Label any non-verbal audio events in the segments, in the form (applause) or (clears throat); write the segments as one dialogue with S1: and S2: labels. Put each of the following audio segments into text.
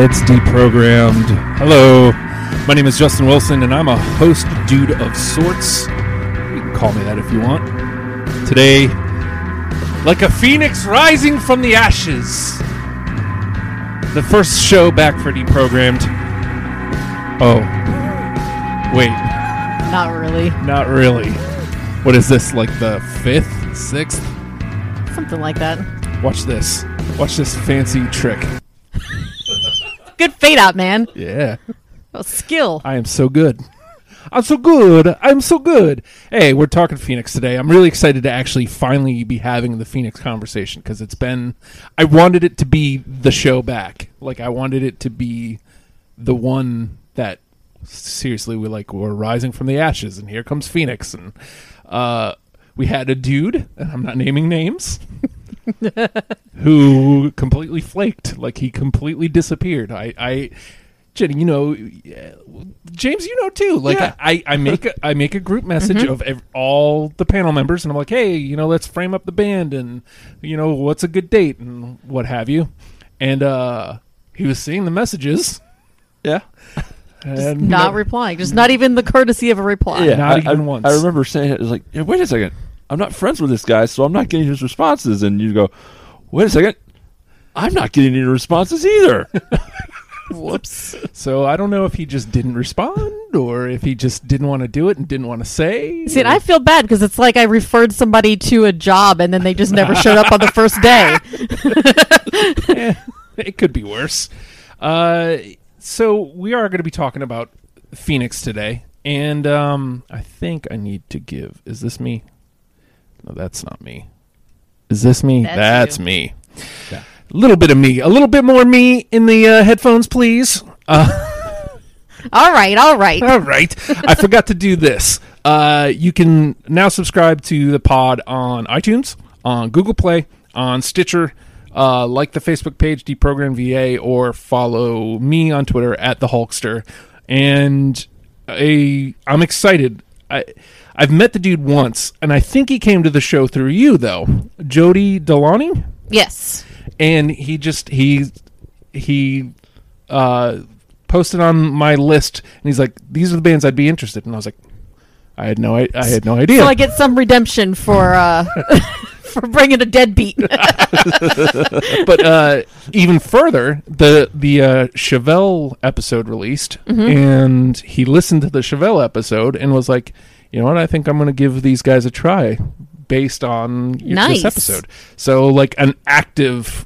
S1: gets Ah, deprogrammed. Hello, my name is Justin Wilson, and I'm a host dude of sorts. You can call me that if you want. Today, like a phoenix rising from the ashes, the first show back for deprogrammed. Oh, wait,
S2: Not really.
S1: not really. What is this, like the fifth, sixth?
S2: Something like that.
S1: Watch this. Watch this fancy trick.
S2: Good fade out, man.
S1: Yeah.
S2: Well, skill.
S1: I am so good. (laughs) I'm so good. I'm so good. Hey, we're talking Phoenix today. I'm really excited to actually finally be having the Phoenix conversation because it's been. I wanted it to be the show back. Like I wanted it to be the one that seriously we like we're rising from the ashes and here comes Phoenix and uh, we had a dude and I'm not naming names (laughs) who completely flaked. Like he completely disappeared. I, I Jenny, you know, yeah, James, you know too. Like
S2: Yeah. Mm-hmm.
S1: I, I make a, I make a
S2: (laughs)
S1: group message of ev- all the panel members, and I'm like, hey, you know, let's frame up the band, and you know, what's a good date, and what have you. And uh he was seeing the messages.
S3: Yeah.
S1: And
S2: Not replying. Just not even the courtesy of a reply.
S3: Yeah.
S1: Not
S3: I,
S1: even
S3: I,
S1: once.
S3: I remember saying it, it was like, "Yeah, wait a second. I'm not friends with this guy, so I'm not getting his responses. And you go, wait a second. I'm not getting any responses either.
S2: Whoops.
S1: so I don't know if he just didn't respond, or if he just didn't want to do it and didn't want to say.
S2: See, and
S1: or-
S2: I feel bad because it's like I referred somebody to a job and then they just never showed up on the first
S1: (laughs)
S2: day.
S1: Eh, (laughs) it could be worse. Uh, so we are going to be talking about Phoenix today, and um, I think I need to give. Is this me? No, that's not me. Is this me?
S2: That's you.
S1: me. A little bit of me, a little bit more me in the uh, headphones, please. Uh,
S2: All right, all right.
S1: All right. I forgot to do this. Uh, you can now subscribe to the pod on iTunes, on Google Play, on Stitcher. Uh, like the Facebook page, Deprogram VA, or follow me on Twitter at the Hulkster. And I, I'm excited. I, I've met the dude once, and I think he came to the show through you, though. Jody Delaney?
S2: Yes.
S1: and he just he he uh posted on my list and he's like these are the bands i'd be interested in i was like i had no i, I had no idea
S2: So I get some redemption for uh, (laughs) for bringing a
S1: (laughs)
S2: deadbeat. (laughs)
S1: but uh even further the the uh chevelle episode released
S2: Mm-hmm.
S1: and he listened to the chevelle episode and was like you know what i think i'm gonna give these guys a try based on your,
S2: Nice.
S1: this episode so like an active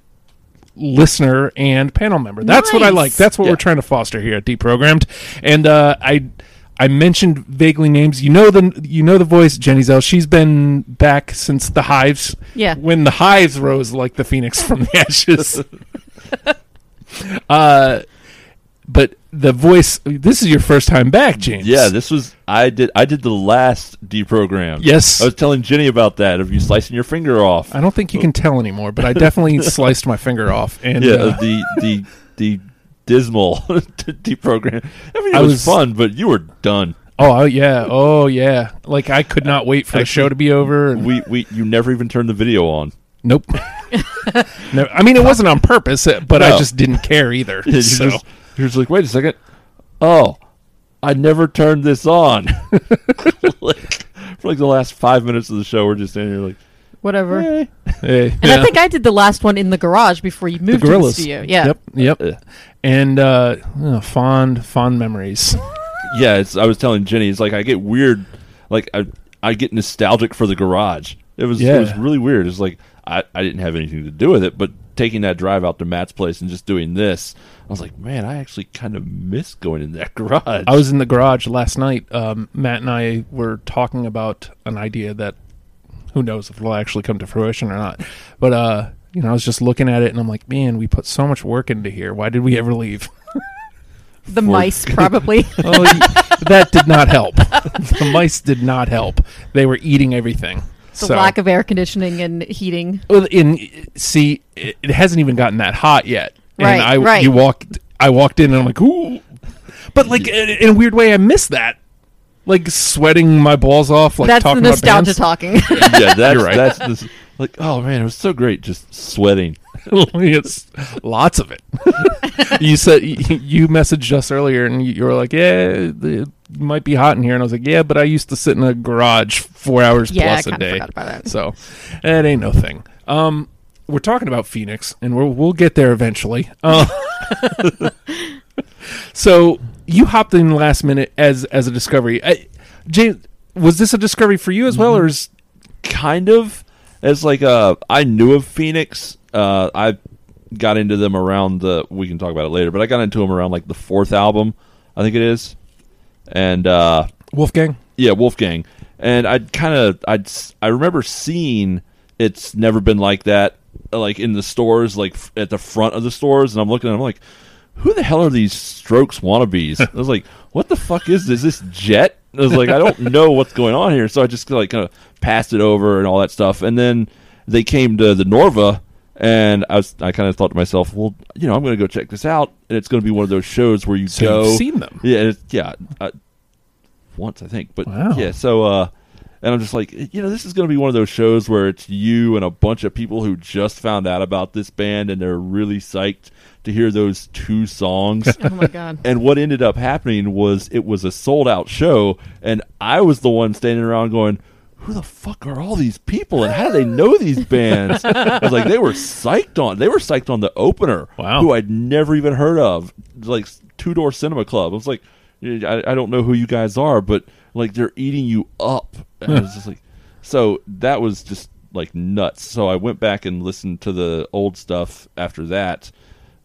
S1: listener and panel member. That's what I
S2: Nice.
S1: like. That's what we're trying to foster here at Deprogrammed. And uh, I I mentioned vaguely names. You know the you know the voice Jenny Zell. She's been back since the Hives.
S2: Yeah.
S1: When the Hives rose like the phoenix from the
S3: (laughs)
S1: ashes. uh but the voice this is your first time back, James.
S3: (laughs) yeah, this was I did I did the last deprogram.
S1: Yes.
S3: I was telling Jenny about that of you slicing your finger off.
S1: I don't think you can tell anymore, but
S3: (laughs)
S1: I definitely sliced my finger off and
S3: yeah,
S1: uh,
S3: of the the the dismal (laughs) deprogram. Everything
S1: I
S3: was,
S1: was-
S3: fun, but you were done.
S1: Oh I- yeah, oh yeah! Like I could not wait for the show to be over. and-
S3: We we you never even turned the video on.
S1: nope. (laughs) no, I mean it wasn't on purpose, uh, but I
S3: No.
S1: just didn't care
S3: (laughs)
S1: either.
S3: You're
S1: so
S3: just, you're just like, wait a second. Oh, I never turned this on. (laughs) like, for like the last five minutes of the show, we're just standing here like,
S2: Whatever.
S3: eh.
S1: eh,
S2: And
S1: yeah.
S2: I think I did the last one in the garage before you moved to the
S1: gorillas.
S2: studio. Yeah.
S1: Yep. Yep.
S3: Uh.
S1: And uh, uh, fond, fond memories.
S3: yeah. It's, I was telling Jenny, it's like I get weird. Like I, I get nostalgic for the garage. It was
S1: Yeah.
S3: it was really weird. It's like I, I didn't have anything to do with it, but taking that drive out to Matt's place and just doing this, I was like, man, I actually kind of miss going in that (laughs) garage.
S1: I was in the garage last night. Um, Matt and I were talking about an idea that who knows if it'll actually come to fruition or not. But uh, you know, I was just looking at it and I'm like, man, we put so much work into here. Why did we ever
S3: (laughs)
S1: leave?
S2: The
S1: (laughs)
S3: Fork.
S2: mice, probably.
S1: Oh, y- that did not help. (laughs) The mice did not help. They were eating everything.
S2: the
S1: so,
S2: lack of air conditioning and heating.
S1: Well, in see, it, it hasn't even gotten that hot yet.
S2: Right,
S1: and I,
S2: right.
S1: You walked. I walked in and I'm like, ooh. But like in, in a weird way, I miss that. Like sweating my balls off. Like
S2: That's the
S1: talking
S2: nostalgia
S1: (laughs) about bands.
S2: talking.
S1: (laughs)
S2: (laughs)
S3: yeah, that's that's this, Like, oh man, it was so great just sweating.
S1: it's lots of it. (laughs) you said you messaged us earlier, and you were like, "Yeah, it might be hot in here," and I was like, "Yeah, but I used to sit in a garage four hours
S2: Yeah, I
S1: plus a
S2: kind of
S1: day,
S2: forgot about that.
S1: so it ain't no thing." Um, we're talking about Phoenix, and we'll we'll get there eventually. Uh, (laughs) so you hopped in last minute as as a discovery. I, James, was this a discovery for you as well, or is
S3: kind of as like uh I knew of Phoenix. Uh I got into them around the we can talk about it later, but I got into them around like the fourth album, I think it is. And uh
S1: Wolfgang?
S3: yeah, Wolfgang. And I'd kind of I'd s- I remember seeing it's never been like that like in the stores like f- at the front of the stores and I'm looking at 'em, I'm like who the hell are these strokes wannabes? I was like, what the fuck is this? Is this jet? I was like, I don't (laughs) know what's going on here. So I just like kind of passed it over and all that stuff. And then they came to the Norva, and I was I kind of thought to myself, well, you know, I'm going to go check this out, and it's going to be one of those shows where you
S1: So
S3: go
S1: you've seen them.
S3: yeah, it's, yeah. Uh, once I think, but
S1: Wow.
S3: yeah. So, uh, and I'm just like, you know, this is going to be one of those shows where it's you and a bunch of people who just found out about this band and they're really psyched to hear those
S1: (laughs)
S3: two songs.
S2: Oh my god.
S3: and what ended up happening was it was a sold out show, and I was the one standing around going. Who the fuck are all these people, and how do they know
S1: (laughs)
S3: these bands? I was like, they were psyched on. They were psyched on the opener,
S1: Wow.
S3: who I'd never even heard of, like Two Door Cinema Club. I was like, I, I don't know who you guys are, but like they're eating you up. And I was just like, (laughs) so that was just like nuts. So I went back and listened to the old stuff after that,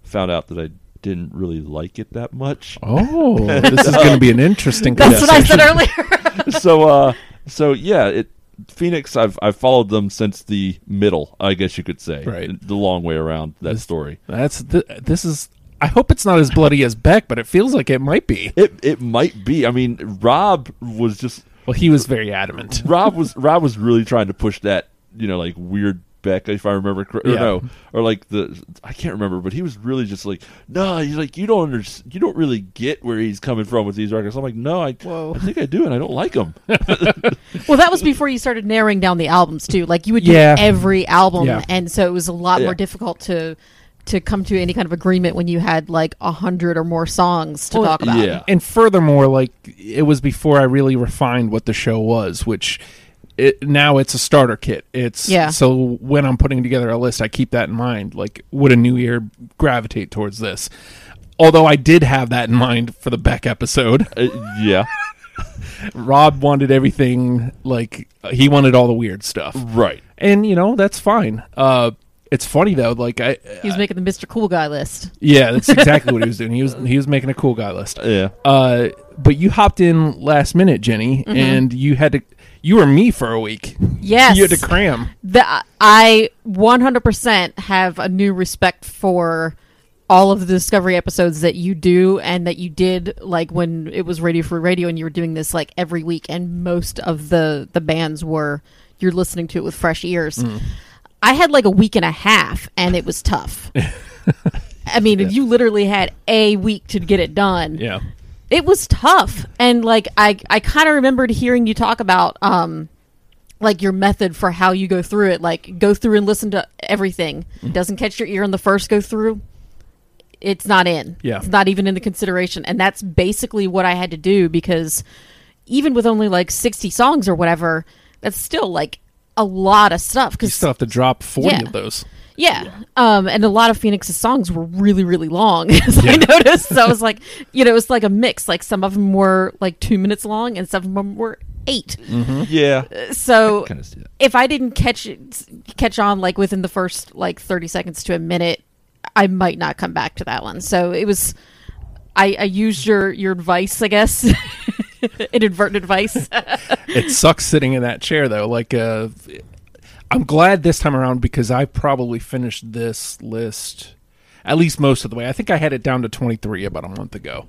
S3: found out that I didn't really like it that much.
S1: Oh, (laughs) this is going to be an interesting.
S2: (laughs) That's what I
S1: conversation.
S2: said
S1: (laughs)
S2: earlier.
S3: so uh so yeah it phoenix i've i've followed them since the middle i guess you could say
S1: Right.
S3: the long way around that story
S1: That's th- this is. I hope it's not as bloody as Beck, but it feels like it might be.
S3: it it might be i mean rob was just
S1: Well, he was very adamant.
S3: rob was rob was really trying to push that you know like weird beck if i remember cor- or
S1: Yeah.
S3: no or like the i can't remember but he was really just like no he's like you don't understand you don't really get where he's coming from with these records i'm like no i,
S2: Whoa.
S3: I think i do and i don't like them
S2: well, that was before you started narrowing down the albums too. Like you would do
S1: Yeah.
S2: every album,
S1: Yeah.
S2: and so it was a lot
S3: Yeah.
S2: more difficult to to come to any kind of agreement when you had like a hundred or more songs to
S1: Well,
S2: talk about.
S3: yeah.
S1: And furthermore, like it was before I really refined what the show was, which it, now it's a starter kit. It's
S2: Yeah.
S1: So when I'm putting together a list, I keep that in mind. Like, would a new ear gravitate towards this? Although I did have that in mind for the Beck episode. (laughs)
S3: Uh, yeah
S1: Rob wanted everything like he wanted all the weird stuff.
S3: right
S1: and you know that's fine. Uh, it's funny though, like I,
S2: He was making the Mr. Cool Guy list.
S1: yeah, that's exactly what he was doing. He was he was making a cool guy list.
S3: yeah
S1: Uh, but you hopped in last minute, Jenny,
S2: Mm-hmm.
S1: and you had to. You were me for a week. (laughs)
S2: Yes.
S1: you had to cram.
S2: the I 100% have a new respect for all of the discovery episodes that you do and that you did like when it was radio for radio and you were doing this like every week and most of the the bands were you're listening to it with fresh ears. I had like a week and a half and it was tough. I mean, you literally had a week to get it done
S1: Yeah,
S2: it was tough and like i i kind of remembered hearing you talk about um like your method for how you go through it like go through and listen to everything
S1: Mm-hmm.
S2: doesn't catch your ear on the first go through it's not in
S1: Yeah.
S2: it's not even in the consideration and that's basically what i had to do because even with only like 60 songs or whatever that's still like a lot of stuff
S1: you
S2: because
S1: still have to drop forty
S2: Yeah.
S1: of those.
S2: yeah. Um, and a lot of Phoenix's songs were really, really long, (laughs) as I noticed. So I
S3: (laughs)
S2: was like, you know, it was like a mix. Like some of them were like two minutes long and some of them were 8
S3: yeah
S2: Uh, So
S3: kinda see Mm-hmm. that.
S2: if I didn't catch catch on like within the first like 30 seconds to a minute, I might not come back to that one. So it was, I, I used your, your advice, I guess, (laughs) inadvertent
S3: (laughs)
S2: advice.
S1: it sucks sitting in that chair though. Like, uh, I'm glad this time around because I probably finished this list at least most of the way. I think I had it down to 23 about a month ago,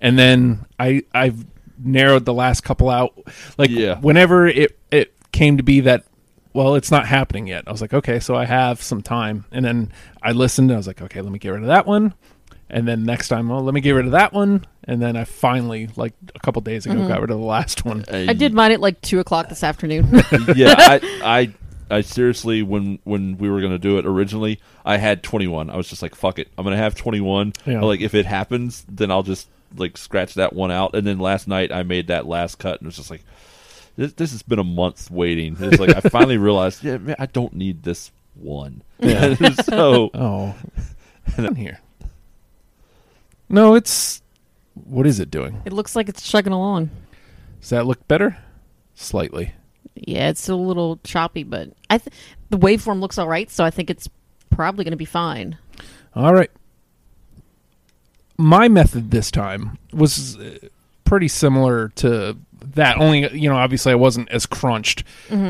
S1: and then I I've narrowed the last couple out. Like,
S3: Yeah.
S1: whenever it it came to be that. Well, it's not happening yet. I was like, okay, so I have some time. And then I listened and I was like, okay, let me get rid of that one. And then next time, oh, let me get rid of that one. And then I finally, like a couple
S3: Uh,
S1: days ago, got rid of the last one.
S3: (laughs)
S2: I did mine at like two o'clock this afternoon.
S3: yeah, I, I I seriously when when we were gonna do it originally, I had 21. I was just like, fuck it, I'm gonna have 21.
S1: Yeah.
S3: Like if it happens, then I'll just like scratch that one out. And then last night I made that last cut and was just like, this, this has been a month waiting. It's like I finally realized, yeah, man, I don't need this one. (laughs) so
S1: Oh, in here. No, it's. What is it doing?
S2: (laughs) It looks like it's chugging along.
S1: Does that look better? Slightly.
S2: Yeah, it's a little choppy, but I th- the waveform looks all right, so I think it's probably going to be fine.
S1: All right. My method this time was uh, pretty similar to that. Only, you know, obviously I wasn't as crunched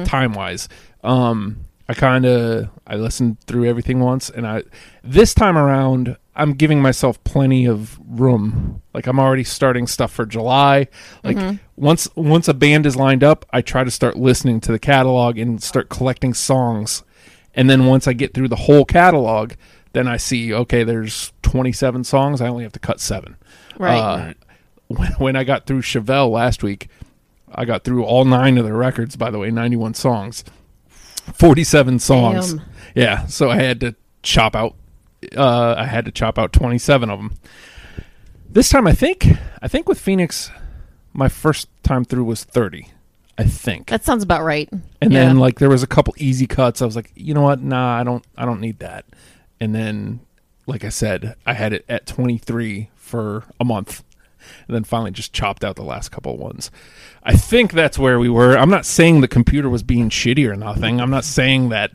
S1: time wise. Um, I kind of I listened through everything once, and I this time around I'm giving myself plenty of room. Like I'm already starting stuff for July. Like once once a band is lined up, I try to start listening to the catalog and start collecting songs. And then once I get through the whole catalog, then I see okay, there's 27 songs. I only have to cut seven.
S2: Right.
S1: Uh, when, when I got through Chevelle last week, I got through all nine of their records. By the way, 91 songs, 47 songs.
S2: Damn.
S1: Yeah, so I had to chop out. Uh, I had to chop out 27 of them. This time, I think, I think with Phoenix, my first time through was 30. I think.
S2: That sounds about right.
S1: And
S2: Yeah.
S1: then like there was a couple easy cuts. I was like, you know what? Nah, I don't I don't need that. And then like I said, I had it at 23 for a month. And then finally just chopped out the last couple of ones. I think that's where we were. I'm not saying the computer was being shitty or nothing. I'm not saying that.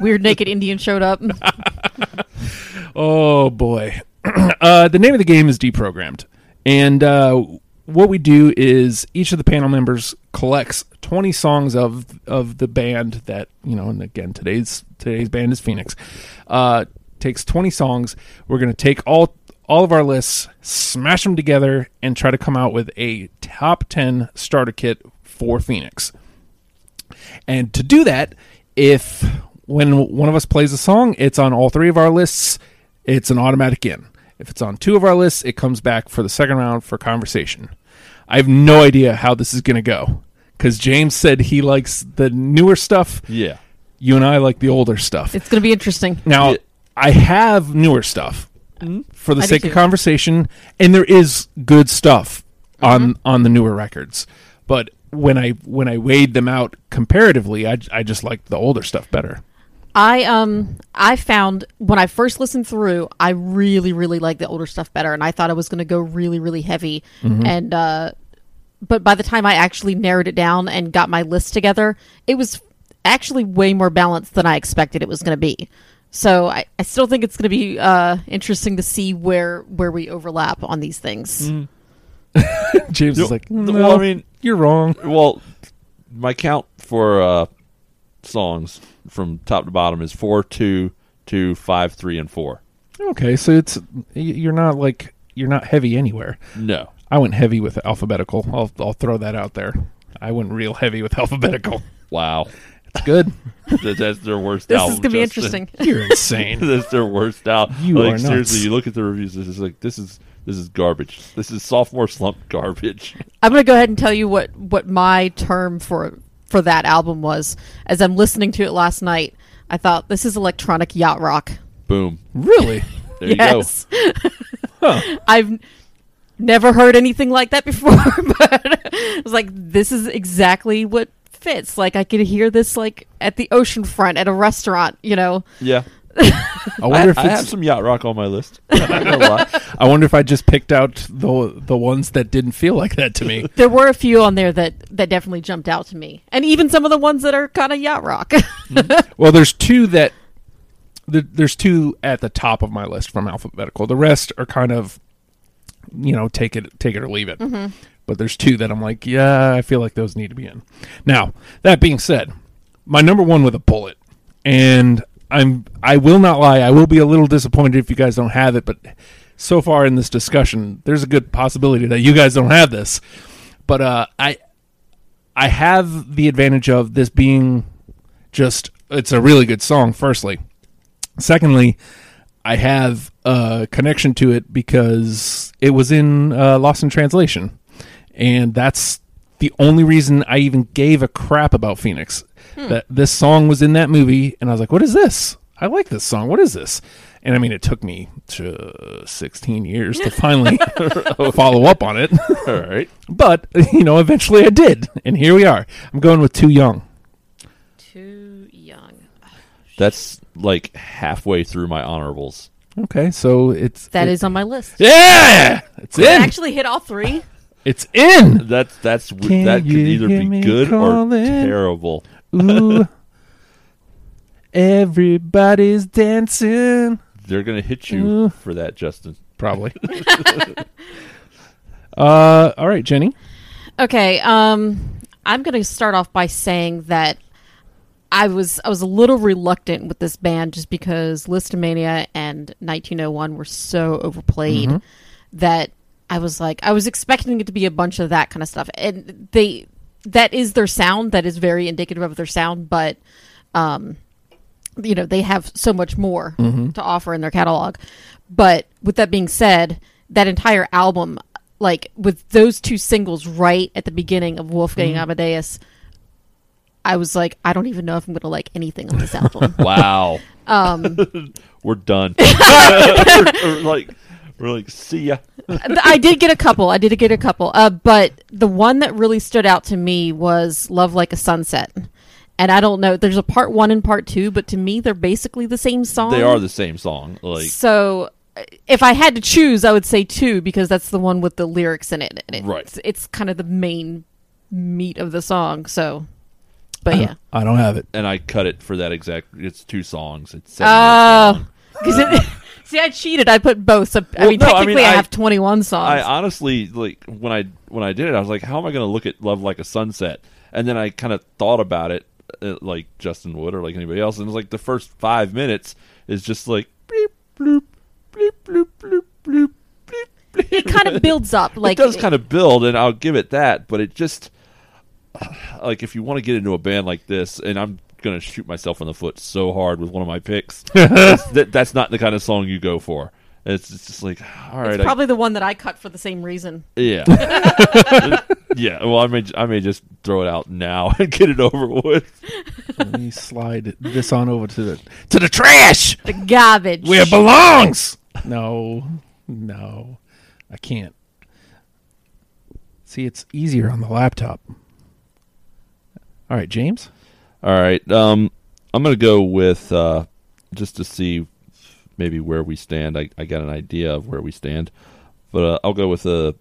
S2: weird naked Indian
S1: (laughs)
S2: showed up.
S1: Oh boy. (clears throat) uh, the name of the game is deprogrammed, and uh, what we do is each of the panel members collects twenty songs of of the band that you know, and again today's today's band is Phoenix. Uh, takes twenty songs. We're gonna take all all of our lists, smash them together, and try to come out with a top ten starter kit for Phoenix. And to do that, if when one of us plays a song, it's on all three of our lists, it's an automatic in. If it's on two of our lists, it comes back for the second round for conversation. I have no idea how this is going to go because James said he likes the newer stuff.
S3: yeah,
S1: You and I like the older stuff.
S2: It's going to be interesting.
S1: Now,
S3: Yeah.
S1: I have newer stuff for the
S2: Mm-hmm. I do
S1: sake of
S2: too.
S1: conversation, and there is good stuff
S2: Mm-hmm.
S1: on on the newer records. But when I when I weighed them out comparatively, I, I just liked the older stuff better.
S2: I um I found when I first listened through, I really really liked the older stuff better, and I thought I was going to go really really heavy, and uh, but by the time I actually narrowed it down and got my list together, it was actually way more balanced than I expected it was going to be. So I, I still think it's going to be uh, interesting to see where where we overlap on these things.
S1: James
S3: You-
S1: is like,
S3: well,
S1: no,
S3: I mean-
S1: you're wrong.
S3: well, my count for uh, songs from top to bottom is four, two, two, five, three, and four.
S1: Okay, so it's y- you're not like you're not heavy anywhere.
S3: No,
S1: I went heavy with alphabetical. I'll I'll throw that out there. I went real heavy with (laughs) alphabetical.
S3: wow,
S1: It's good.
S3: That- that's their worst.
S2: This is
S3: album,
S2: going to be
S3: Justin.
S1: (laughs)
S2: interesting.
S1: You're insane.
S3: (laughs) that's their worst album.
S1: You
S3: like
S1: are nuts.
S3: seriously, you look at the reviews. This is like this is this is garbage. This is sophomore slump garbage. (laughs)
S2: I'm going to go ahead and tell you what what my term for for that album was. As I'm listening to it last night, I thought this is electronic yacht rock.
S3: Boom.
S1: really?
S3: There
S2: yes, (laughs) I've never heard anything like that before, (laughs) but I was like, this is exactly what fits. Like I could hear this like at the ocean front at a restaurant. You know,
S3: you go. Yeah.
S1: I
S3: I,
S1: wonder if
S3: I
S1: it's
S3: have some yacht rock on my list. (laughs) I'm not gonna lie.
S1: I wonder if I just picked out the the ones that didn't feel like that to me.
S2: there were a few on there that that definitely jumped out to me, and even some of the ones that are kind of yacht rock. (laughs)
S1: well, there's two that th- there's two at the top of my list from alphabetical. The rest are kind of you know take it take it or leave it. But there's two that I'm like, yeah, I feel like those need to be in. Now that being said, my number one with a bullet, and I'm I will not lie, I will be a little disappointed if you guys don't have it, but. So far in this discussion, there's a good possibility that you guys don't have this, but uh, I I have the advantage of this being just it's a really good song firstly secondly i have a connection to it because it was in uh, lost in translation and that's the only reason i even gave a crap about phoenix that this song was in that movie, and I was like, "What is this? I like this song. What is this?" And I mean, it took me to 16 years to finally (laughs) follow up on it,
S3: All right.
S1: but (laughs) you know, eventually I did, and here we are. I'm going with "Too Young."
S2: Too young.
S3: That's like halfway through my honorables.
S1: Okay, so it's
S2: That
S1: it-
S2: is on my list.
S1: yeah, it's in,
S2: I actually hit all three.
S1: it's in.
S3: That's that's w-
S1: Can
S3: that could
S1: you
S3: either
S1: hear
S3: be
S1: me
S3: good
S1: calling?
S3: or terrible.
S1: Ooh, everybody's dancing.
S3: They're gonna hit you
S1: Ooh.
S3: for that, Justin.
S1: Probably.
S2: (laughs)
S1: uh, all right, Jenny.
S2: Okay, um, I'm going to start off by saying that I was I was a little reluctant with this band just because Listomania and 1901 were so overplayed that I was like I was expecting it to be a bunch of that kind of stuff, and they that is their sound that is very indicative of their sound, but um, you know they have so much more to offer in their catalog but with that being said that entire album like with those two singles right at the beginning of wolfgang amadeus i was like i don't even know if i'm gonna like anything on this
S3: (laughs)
S2: album
S1: (laughs)
S3: Wow.
S2: um (laughs)
S3: we're done. (laughs) we're, we're like we're like see ya.
S2: i did get a couple i did get a couple uh but the one that really stood out to me was love like a sunset and i don't know there's a part one and part two but to me they're basically the same song
S3: They are the same song. Like
S2: So, uh, if I had to choose, I would say two because that's the one with the lyrics in it, and it's
S3: Right.
S2: it's kind of the main meat of the song. So,
S3: Uh-huh.
S2: but yeah,
S1: I don't have it.
S3: and I cut it for that exact. It's two songs. It's seven minutes
S2: oh,
S3: long.
S2: because (laughs) see, I cheated. I put both. So I
S3: Well,
S2: mean,
S3: no, I mean,
S2: technically, I,
S3: I-
S2: have twenty one
S3: I
S2: songs.
S3: honestly like when I when I did it, I was like, how am I going to look at Love Like a Sunset? And then I kind of thought about it, uh, like Justin Wood or like anybody else, and it's like the first five minutes is just like bleep bloop bleep bloop bloop bloop bleep.
S2: (laughs)
S3: bleep.
S2: it kind of builds up. Like
S3: (laughs) it does kind of build, and I'll give it that. But it just (sighs) like if you want to get into a band like this, and I'm gonna shoot myself in the foot so hard with one of my picks.
S2: (laughs)
S3: that's, that, that's not the kind of song you go for. It's, it's just like all right,
S2: It's
S3: I-
S2: probably the one that I cut for the same reason.
S3: yeah,
S2: (laughs)
S3: yeah. Well, I may I may just throw it out now (laughs) and get it over with.
S1: Let me slide this on over to the to the trash
S3: (laughs)
S2: The garbage.
S1: where it belongs. No, no, I can't. See, it's easier on the laptop. All right, James.
S3: All right, um, I'm gonna go with uh, just to see maybe where we stand. I, I got an idea of where we stand, but uh, I'll go with a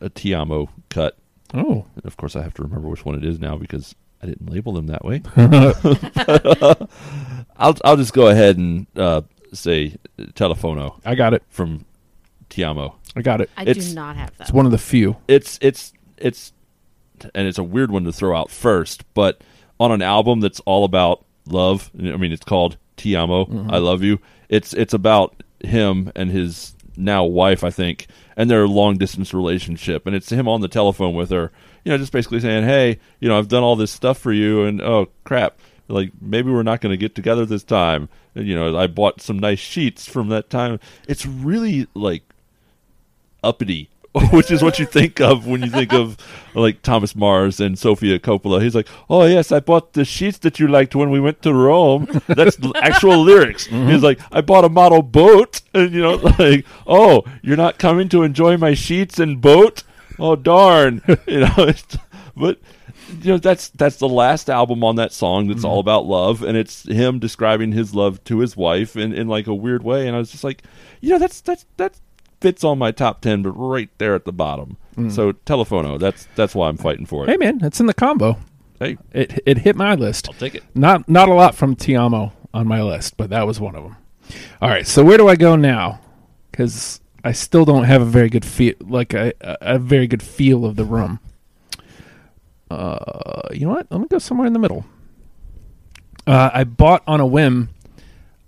S3: a Ti amo cut.
S1: Oh,
S3: And of course, I have to remember which one it is now because I didn't label them that way. (laughs) I'll I'll just go ahead and uh, say Telefono
S1: I got it.
S3: from Tiamo.
S1: I got it.
S2: I
S3: it's-
S2: do not have that.
S1: It's one of the few.
S3: It's it's it's and it's a weird one to throw out first, but on an album that's all about love. I mean, it's called Ti Amo, I love you. It's it's about him and his now wife, I think, and their long distance relationship, and it's him on the telephone with her. You know, just basically saying, "Hey, you know, I've done all this stuff for you, and oh crap." Like maybe we're not going to get together this time. And, You know, I bought some nice sheets from that time. It's really like uppity, (laughs) which is what you think of when you think of like Thomas Mars and Sofia Coppola. He's like, "Oh yes, I bought the sheets that you liked when we went to Rome." That's l- actual lyrics. He's like, "I bought a model boat," (laughs) and you know, like, "Oh, you're not coming to enjoy my sheets and boat." Oh darn, you know. (laughs) It's, but you know that's that's the last album on that song that's all about love and it's him describing his love to his wife in, in like a weird way and i was just like you know that's that's that fits on my top 10 but right there at the bottom so telefono that's that's why i'm fighting for
S1: Hey,
S3: it
S1: man, it's in the combo.
S3: hey,
S1: It it hit my list.
S3: i'll take it
S1: Not not a lot from Tiamo on my list, but that was one of them. All right, so where do I go now? Because I still don't have a very good feel, like a, a a very good feel of the room. Uh, you know what? Let me go somewhere in the middle. Uh, I bought on a whim.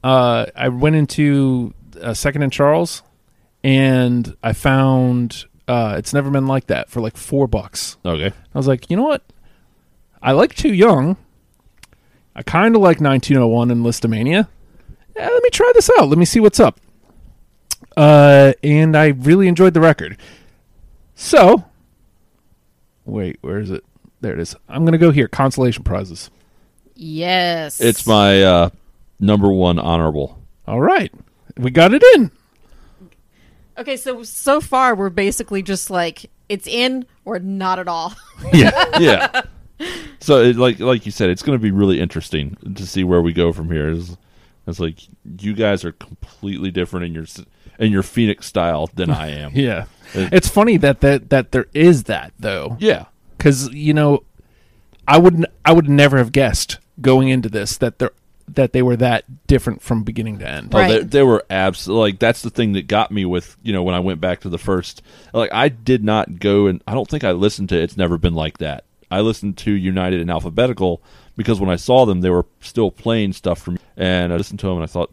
S1: Uh, I went into uh, Second and Charles, and I found uh, it's never been like that for like four bucks.
S3: okay
S1: I was like, you know what? I like Too Young. I kind of like 1901 and Listomania. Yeah, let me try this out. Let me see what's up. Uh, and I really enjoyed the record. So, wait, where is it? There it is. I'm going to go here. Consolation prizes.
S2: Yes.
S3: It's my uh, number one honorable.
S1: All right, we got it in.
S2: Okay, so so far we're basically just like it's in or not at all. (laughs)
S1: Yeah.
S3: Yeah. so it, like like you said, it's going to be really interesting to see where we go from here. It's, it's like you guys are completely different in your s- in your Phoenix style than I am.
S1: (laughs) (laughs) Yeah.
S3: It-
S1: It's funny that that, that there is that though.
S3: yeah.
S1: Cuz you know I wouldn't I would never have guessed going into this that they that they were that different from beginning to end.
S3: Oh, they,
S2: Right.
S3: they were abs like that's the thing that got me with you know when I went back to the first like I did not go and I don't think I listened to it's never been like that. I listened to United and Alphabetical because when I saw them they were still playing stuff from and I listened to them and I thought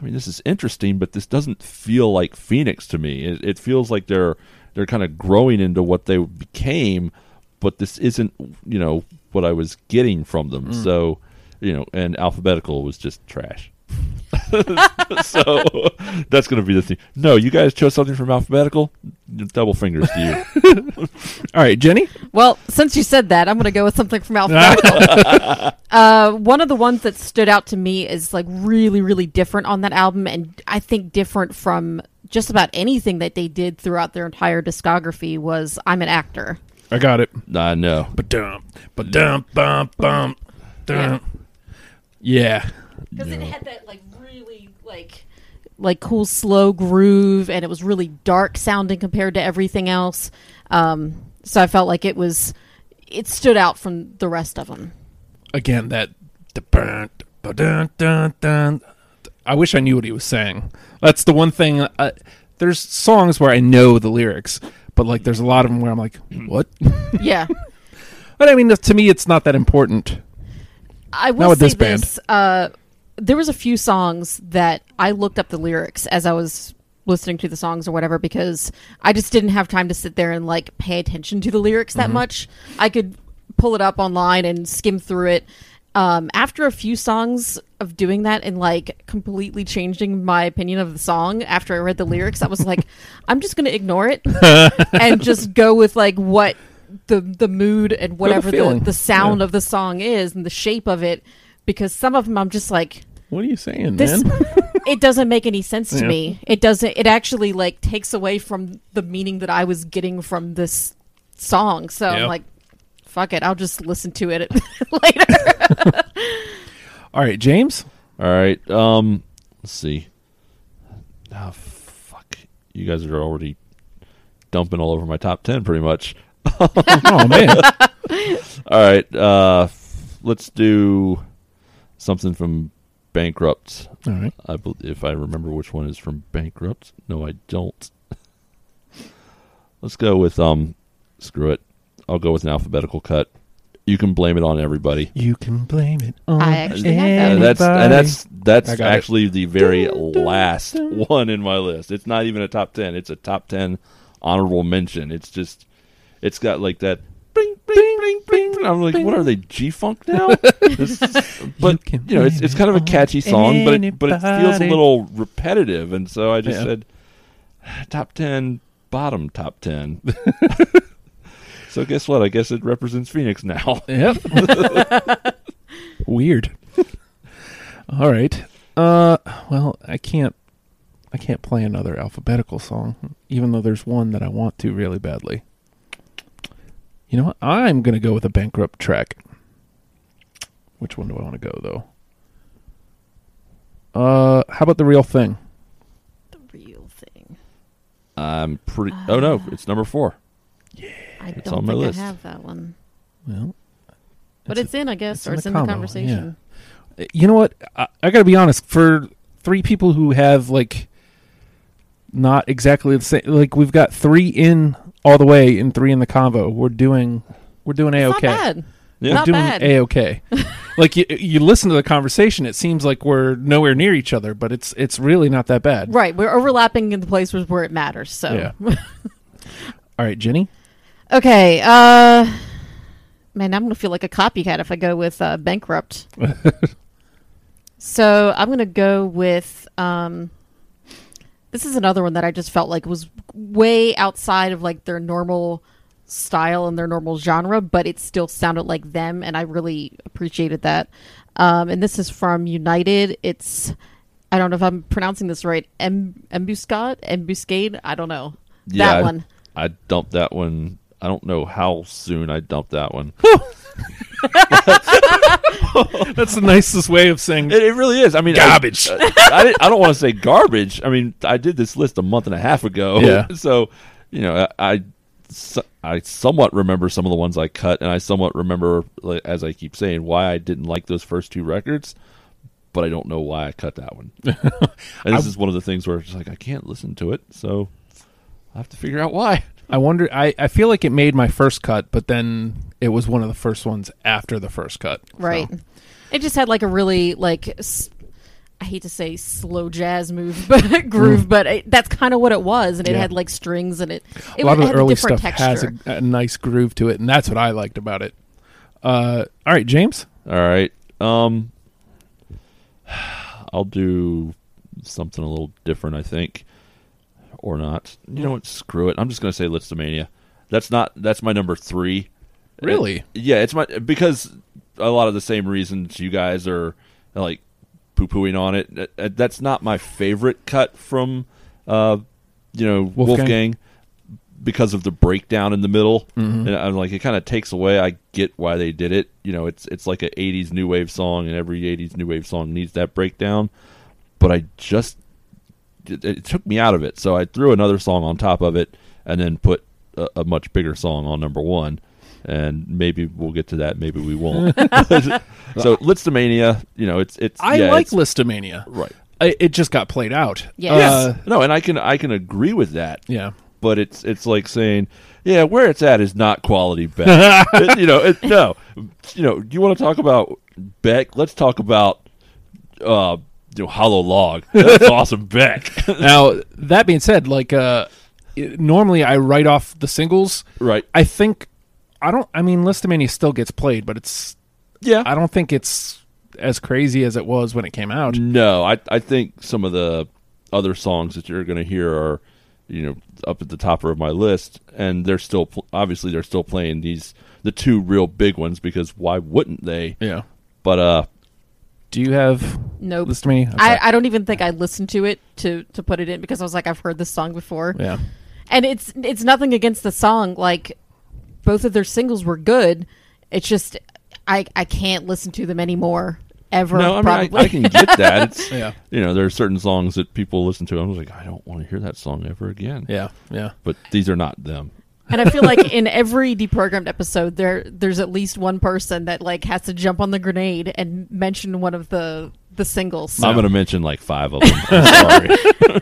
S3: I mean this is interesting but this doesn't feel like Phoenix to me. It, it feels like they're they're kind of growing into what they became but this isn't you know what I was getting from them. So you know and Alphabetical was just trash (laughs) so that's going to be the thing. No, you guys chose something from alphabetical. Double fingers to you.
S1: All right, Jenny?
S2: Well, since you said that, I'm going to go with something from Alphabetical.
S3: (laughs)
S2: uh, one of the ones that stood out to me is like really, really different on that album, and I think different from just about anything that they did throughout their entire discography was "I'm an Actor."
S1: I got it.
S3: I know.
S1: But dump. But dump bump bump. Dump. Yeah.
S2: because it had that like really like like cool slow groove and it was really dark sounding compared to everything else um so i felt like it was it stood out from the rest of them
S1: Again that the burn dun dun dun. I wish I knew what he was saying. That's the one thing I, there's songs where I know the lyrics, but like there's a lot of them where I'm like, "What?"
S2: yeah
S1: But I mean, to me, it's not that important.
S2: i
S1: Not
S2: will
S1: with
S2: say
S1: this band.
S2: this uh there was a few songs that i looked up the lyrics as i was listening to the songs or whatever because i just didn't have time to sit there and like pay attention to the lyrics
S1: Mm-hmm.
S2: that much i could pull it up online and skim through it um, after a few songs of doing that and like completely changing my opinion of the song after I read the lyrics, I
S1: (laughs)
S2: was like, I'm just gonna ignore it and just go with like what the the mood and whatever the,
S1: feeling.
S2: the sound
S1: Yeah.
S2: of the song is and the shape of it. Because some of them I'm just like
S1: What are you saying,
S2: this it doesn't make any sense to
S1: Yeah.
S2: me. It doesn't it actually like takes away from the meaning that I was getting from this song. So
S1: Yeah.
S2: I'm like, fuck it, I'll just listen to it (laughs)
S1: (laughs)
S2: later.
S1: All right, James.
S2: (laughs)
S3: All right. Um, let's see. Ah, fuck. You guys are already dumping all over my top ten, pretty much.
S1: Oh
S2: (laughs)
S1: man,
S3: All right. Uh, f- let's do something from Bankrupt.
S1: all right.
S3: I bel if I remember which one is from Bankrupt. No, I don't. Let's go with um. Screw it. I'll go with an alphabetical cut. You can blame it on everybody.
S1: You can blame it on
S2: I actually have that.
S3: And Uh, that's and that's
S1: I
S3: that's
S1: got it.
S3: actually the very
S1: Dun, dun,
S3: last
S1: dun.
S3: one in my list. It's not even a top ten. It's a top ten honorable mention. It's just it's got like that. Bing, bing, bing, bing. And I'm like, what are they G funk now?
S1: (laughs)
S3: This is- but you,
S1: can
S3: know, it's
S1: blame
S3: it's kind of a
S1: it
S3: catchy
S1: on
S3: song, but it, but it feels a
S1: anybody.
S3: little repetitive, and so I just
S1: Yeah.
S3: said top ten, bottom
S1: (laughs)
S3: top ten. so guess what? I guess it represents
S1: (laughs)
S3: Phoenix now.
S1: yep. uh, (laughs) Weird. All right. Uh, well, I can't. I can't play another alphabetical song, even though there's one that I want to really badly. You know what? I'm gonna go with a bankrupt track. Which one do I want to go though? Uh, how about the real thing?
S2: the real thing.
S3: I'm pretty. Oh no, it's number four.
S2: I
S3: It's
S2: don't
S3: on my
S2: think I
S3: list.
S2: have that one.
S1: Well,
S2: But
S1: It's-
S2: it's, in, I guess,
S1: it's
S2: or
S1: in
S2: it's
S1: the
S2: in
S1: combo,
S2: the conversation.
S1: you know what i, I gotta be honest for three people who have like not exactly the same like we've got three in all the way and three in the convo we're doing we're doing
S2: It's
S1: a-ok
S2: not bad.
S3: Yeah.
S1: we're
S2: Not
S1: doing
S2: bad. (laughs)
S1: a-ok like you, you listen to the conversation it seems like we're nowhere near each other but it's it's really not that bad
S2: Right. We're overlapping in the places where it matters. So
S1: Yeah. all right
S3: (laughs)
S1: jenny
S2: Okay. Uh man, I'm gonna feel like a copycat if I go with uh, bankrupt. so I'm gonna go with um this is another one that I just felt like was way outside of like their normal style and their normal genre, but it still sounded like them, and I really appreciated that. Um, and this is from United. It's I don't know if I'm pronouncing this right. Em- Embuscade, Embuscade. I don't know
S3: Yeah,
S2: that
S3: I-
S2: one.
S3: I dumped that one. I don't know how soon I dumped that one. (laughs)
S1: That's the nicest way of saying
S3: It, it really is. Uh, I mean, I-
S1: Garbage. (laughs)
S3: I, (laughs) I, didn't- I don't want to say garbage. I mean, I did this list a month and a half ago.
S1: Yeah.
S3: (laughs) So, you know, I, I, so- I somewhat remember some of the ones I cut, and I somewhat remember, like, as I keep saying, why I didn't like those first two records. But I don't know why I cut that
S1: (laughs)
S3: one. and this is one of the things where it's like I can't listen to it, so I have to figure out why.
S1: I wonder. I, I feel like it made my first cut, but then it was one of the first ones after the first cut. So,
S2: Right. It just had like a really like s- I hate to say slow jazz move, (laughs) but groove, but it, that's kind of what it was, and it
S1: Mm. Yeah.
S2: had like strings and it. it
S1: a lot of
S2: was- it
S1: the
S2: had
S1: early
S2: different
S1: stuff has a, a nice groove to it, and that's what I liked about it. Uh, all right, James.
S3: All right. Um I'll do something a little different, I think. Or not. You know what? Screw it. I'm just gonna say Listomania. That's not that's my number three.
S1: Really?
S3: It- yeah, it's my because a lot of the same reasons you guys are like poo pooing on it. That- that- That's not my favorite cut from uh you know,
S1: Wolfgang.
S3: Wolfgang, because of the breakdown in the middle. And I'm like, it kind of takes away. I get why they did it. You know, it's it's like an '80s new wave song, and every '80s new wave song needs that breakdown. But I just it, it took me out of it, so I threw another song on top of it, and then put a, a much bigger song on number one. And maybe we'll get to that. Maybe we won't. (laughs) so Listomania, you know, it's it's.
S1: I
S3: yeah,
S1: like
S3: it's-
S1: Listomania.
S3: right.
S1: I, it just got played out.
S2: Yes.
S1: Uh,
S3: no, and I can I can agree with that
S1: yeah.
S3: but it's it's like saying, yeah, where it's at is not quality
S1: (laughs)
S3: Beck. It- you know, it, no, you know, you want to talk about Beck? Let's talk about uh, you know, Hollow Log.
S1: (laughs)
S3: That's awesome, Beck. (laughs)
S1: now that being said, like uh, it- normally I write off the singles.
S3: right?
S1: I think I don't. I mean, Listomania still gets played, but it's.
S3: Yeah.
S1: I don't think it's as crazy as it was when it came out.
S3: no, I I think some of the other songs that you're going to hear are, you know, up at the top of my list, and they're still pl- obviously they're still playing these the two real big ones because why wouldn't they?
S1: Yeah.
S3: But uh,
S1: Do you have
S2: Nope.
S1: Listomania? Okay.
S2: I, I don't even think I listened to it to to put it in because I was like I've heard this song before,
S1: yeah.
S2: and it's it's nothing against the song. Like both of their singles were good. It's just I I can't listen to them anymore ever.
S3: No, I mean, I,
S2: probably.
S3: I can get that. It's,
S1: Yeah.
S3: You know, there are certain songs that people listen to. I'm like, I don't want to hear that song ever again.
S1: Yeah. Yeah.
S3: But these are not them.
S2: And I feel like in every deprogrammed episode, there there's at least one person that like has to jump on the grenade and mention one of the the singles.
S3: I'm going to mention like five of them.
S1: (laughs)
S3: I'm sorry.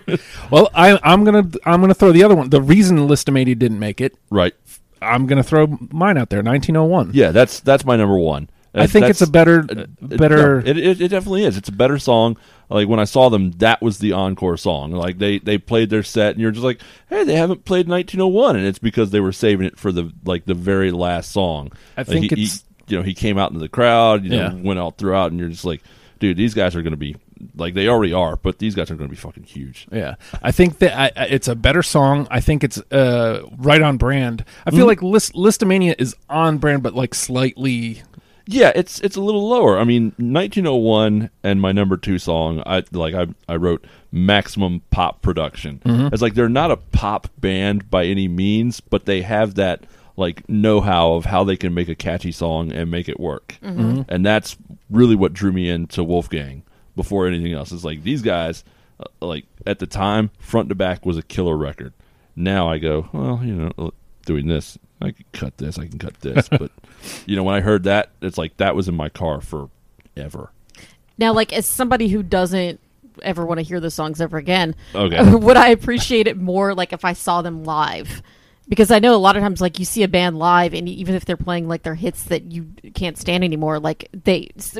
S1: Well, I, I'm gonna I'm gonna throw the other one. The reason Listomania didn't make it,
S3: right.
S1: I'm gonna throw mine out there. 1901.
S3: Yeah, that's that's my number one.
S1: I think it's a better
S3: It-
S1: better.
S3: no, it, it, it definitely is. It's a better song. Like when I saw them, that was the encore song. Like they they played their set, and you're just like, hey, they haven't played 1901, and it's because they were saving it for the like the very last song.
S1: I
S3: Like,
S1: think
S3: he- he-
S1: it's-
S3: you know he came out into the crowd, you know,
S1: Yeah.
S3: went out throughout, and you're just like, dude, these guys are gonna be like they already are, but these guys are gonna be fucking huge.
S1: yeah, I think that I, I- it's a better song. I think it's uh, right on brand. I
S3: Mm-hmm.
S1: feel like List, Listomania is on brand, but like slightly.
S3: Yeah, it's it's a little lower. I mean, 1901 and my number two song, I like I I wrote maximum pop production. It's like they're not a pop band by any means, but they have that like know-how of how they can make a catchy song and make it work. And that's really what drew me into Wolfgang before anything else. It's like these guys uh, like at the time front to back was a killer record. Now I go, well, you know, uh, doing this, I can cut this, I can cut this, but you know, when I heard that, it's like that was in my car forever.
S2: Now, like as somebody who doesn't ever want to hear the songs ever again, (laughs)
S3: Okay.
S2: would I appreciate it more like if I saw them live? Because I know a lot of times, like you see a band live, and even if they're playing like their hits that you can't stand anymore, like they s-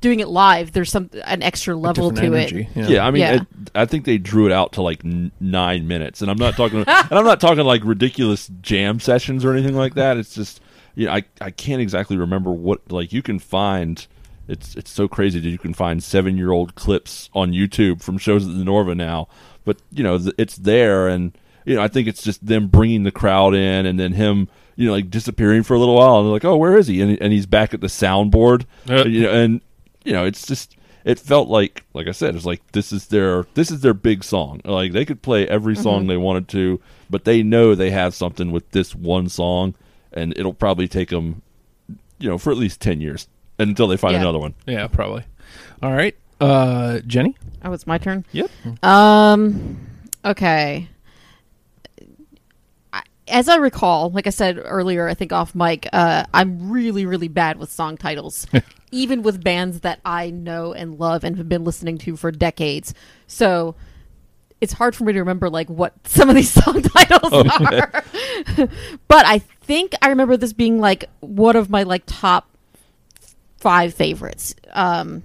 S2: doing it live, there's some an extra level to
S1: different
S2: it.
S1: energy. Yeah.
S3: Yeah, I mean,
S2: Yeah.
S3: I, I think they drew it out to like n- nine minutes, and I'm not talking, (laughs) and I'm not talking like ridiculous jam sessions or anything like that. It's just, you know, I I can't exactly remember what like you can find. It's it's so crazy that you can find seven year old clips on YouTube from shows at the Norva now, but you know th- it's there and. you know, I think it's just them bringing the crowd in and then him, you know, like disappearing for a little while. And they're like, oh, where is he? And, and he's back at the soundboard.
S1: Yeah.
S3: You know, and, you know, it's just, it felt like, like I said, it's like this is their this is their big song. Like they could play every song they wanted to, but they know they have something with this one song, and it'll probably take them, you know, for at least ten years until they find
S2: Yeah.
S3: another one.
S1: Yeah, probably. All right. Uh, Jenny?
S2: Oh, it's my turn.
S3: Yep.
S2: Um. Okay. I- As I recall, like I said earlier, I think off mic, uh, I'm really, really bad with song titles, even with bands that I know and love and have been listening to for decades. So it's hard for me to remember like what (laughs) some of these song titles are. (laughs) but I think I remember this being like one of my like top five favorites, um,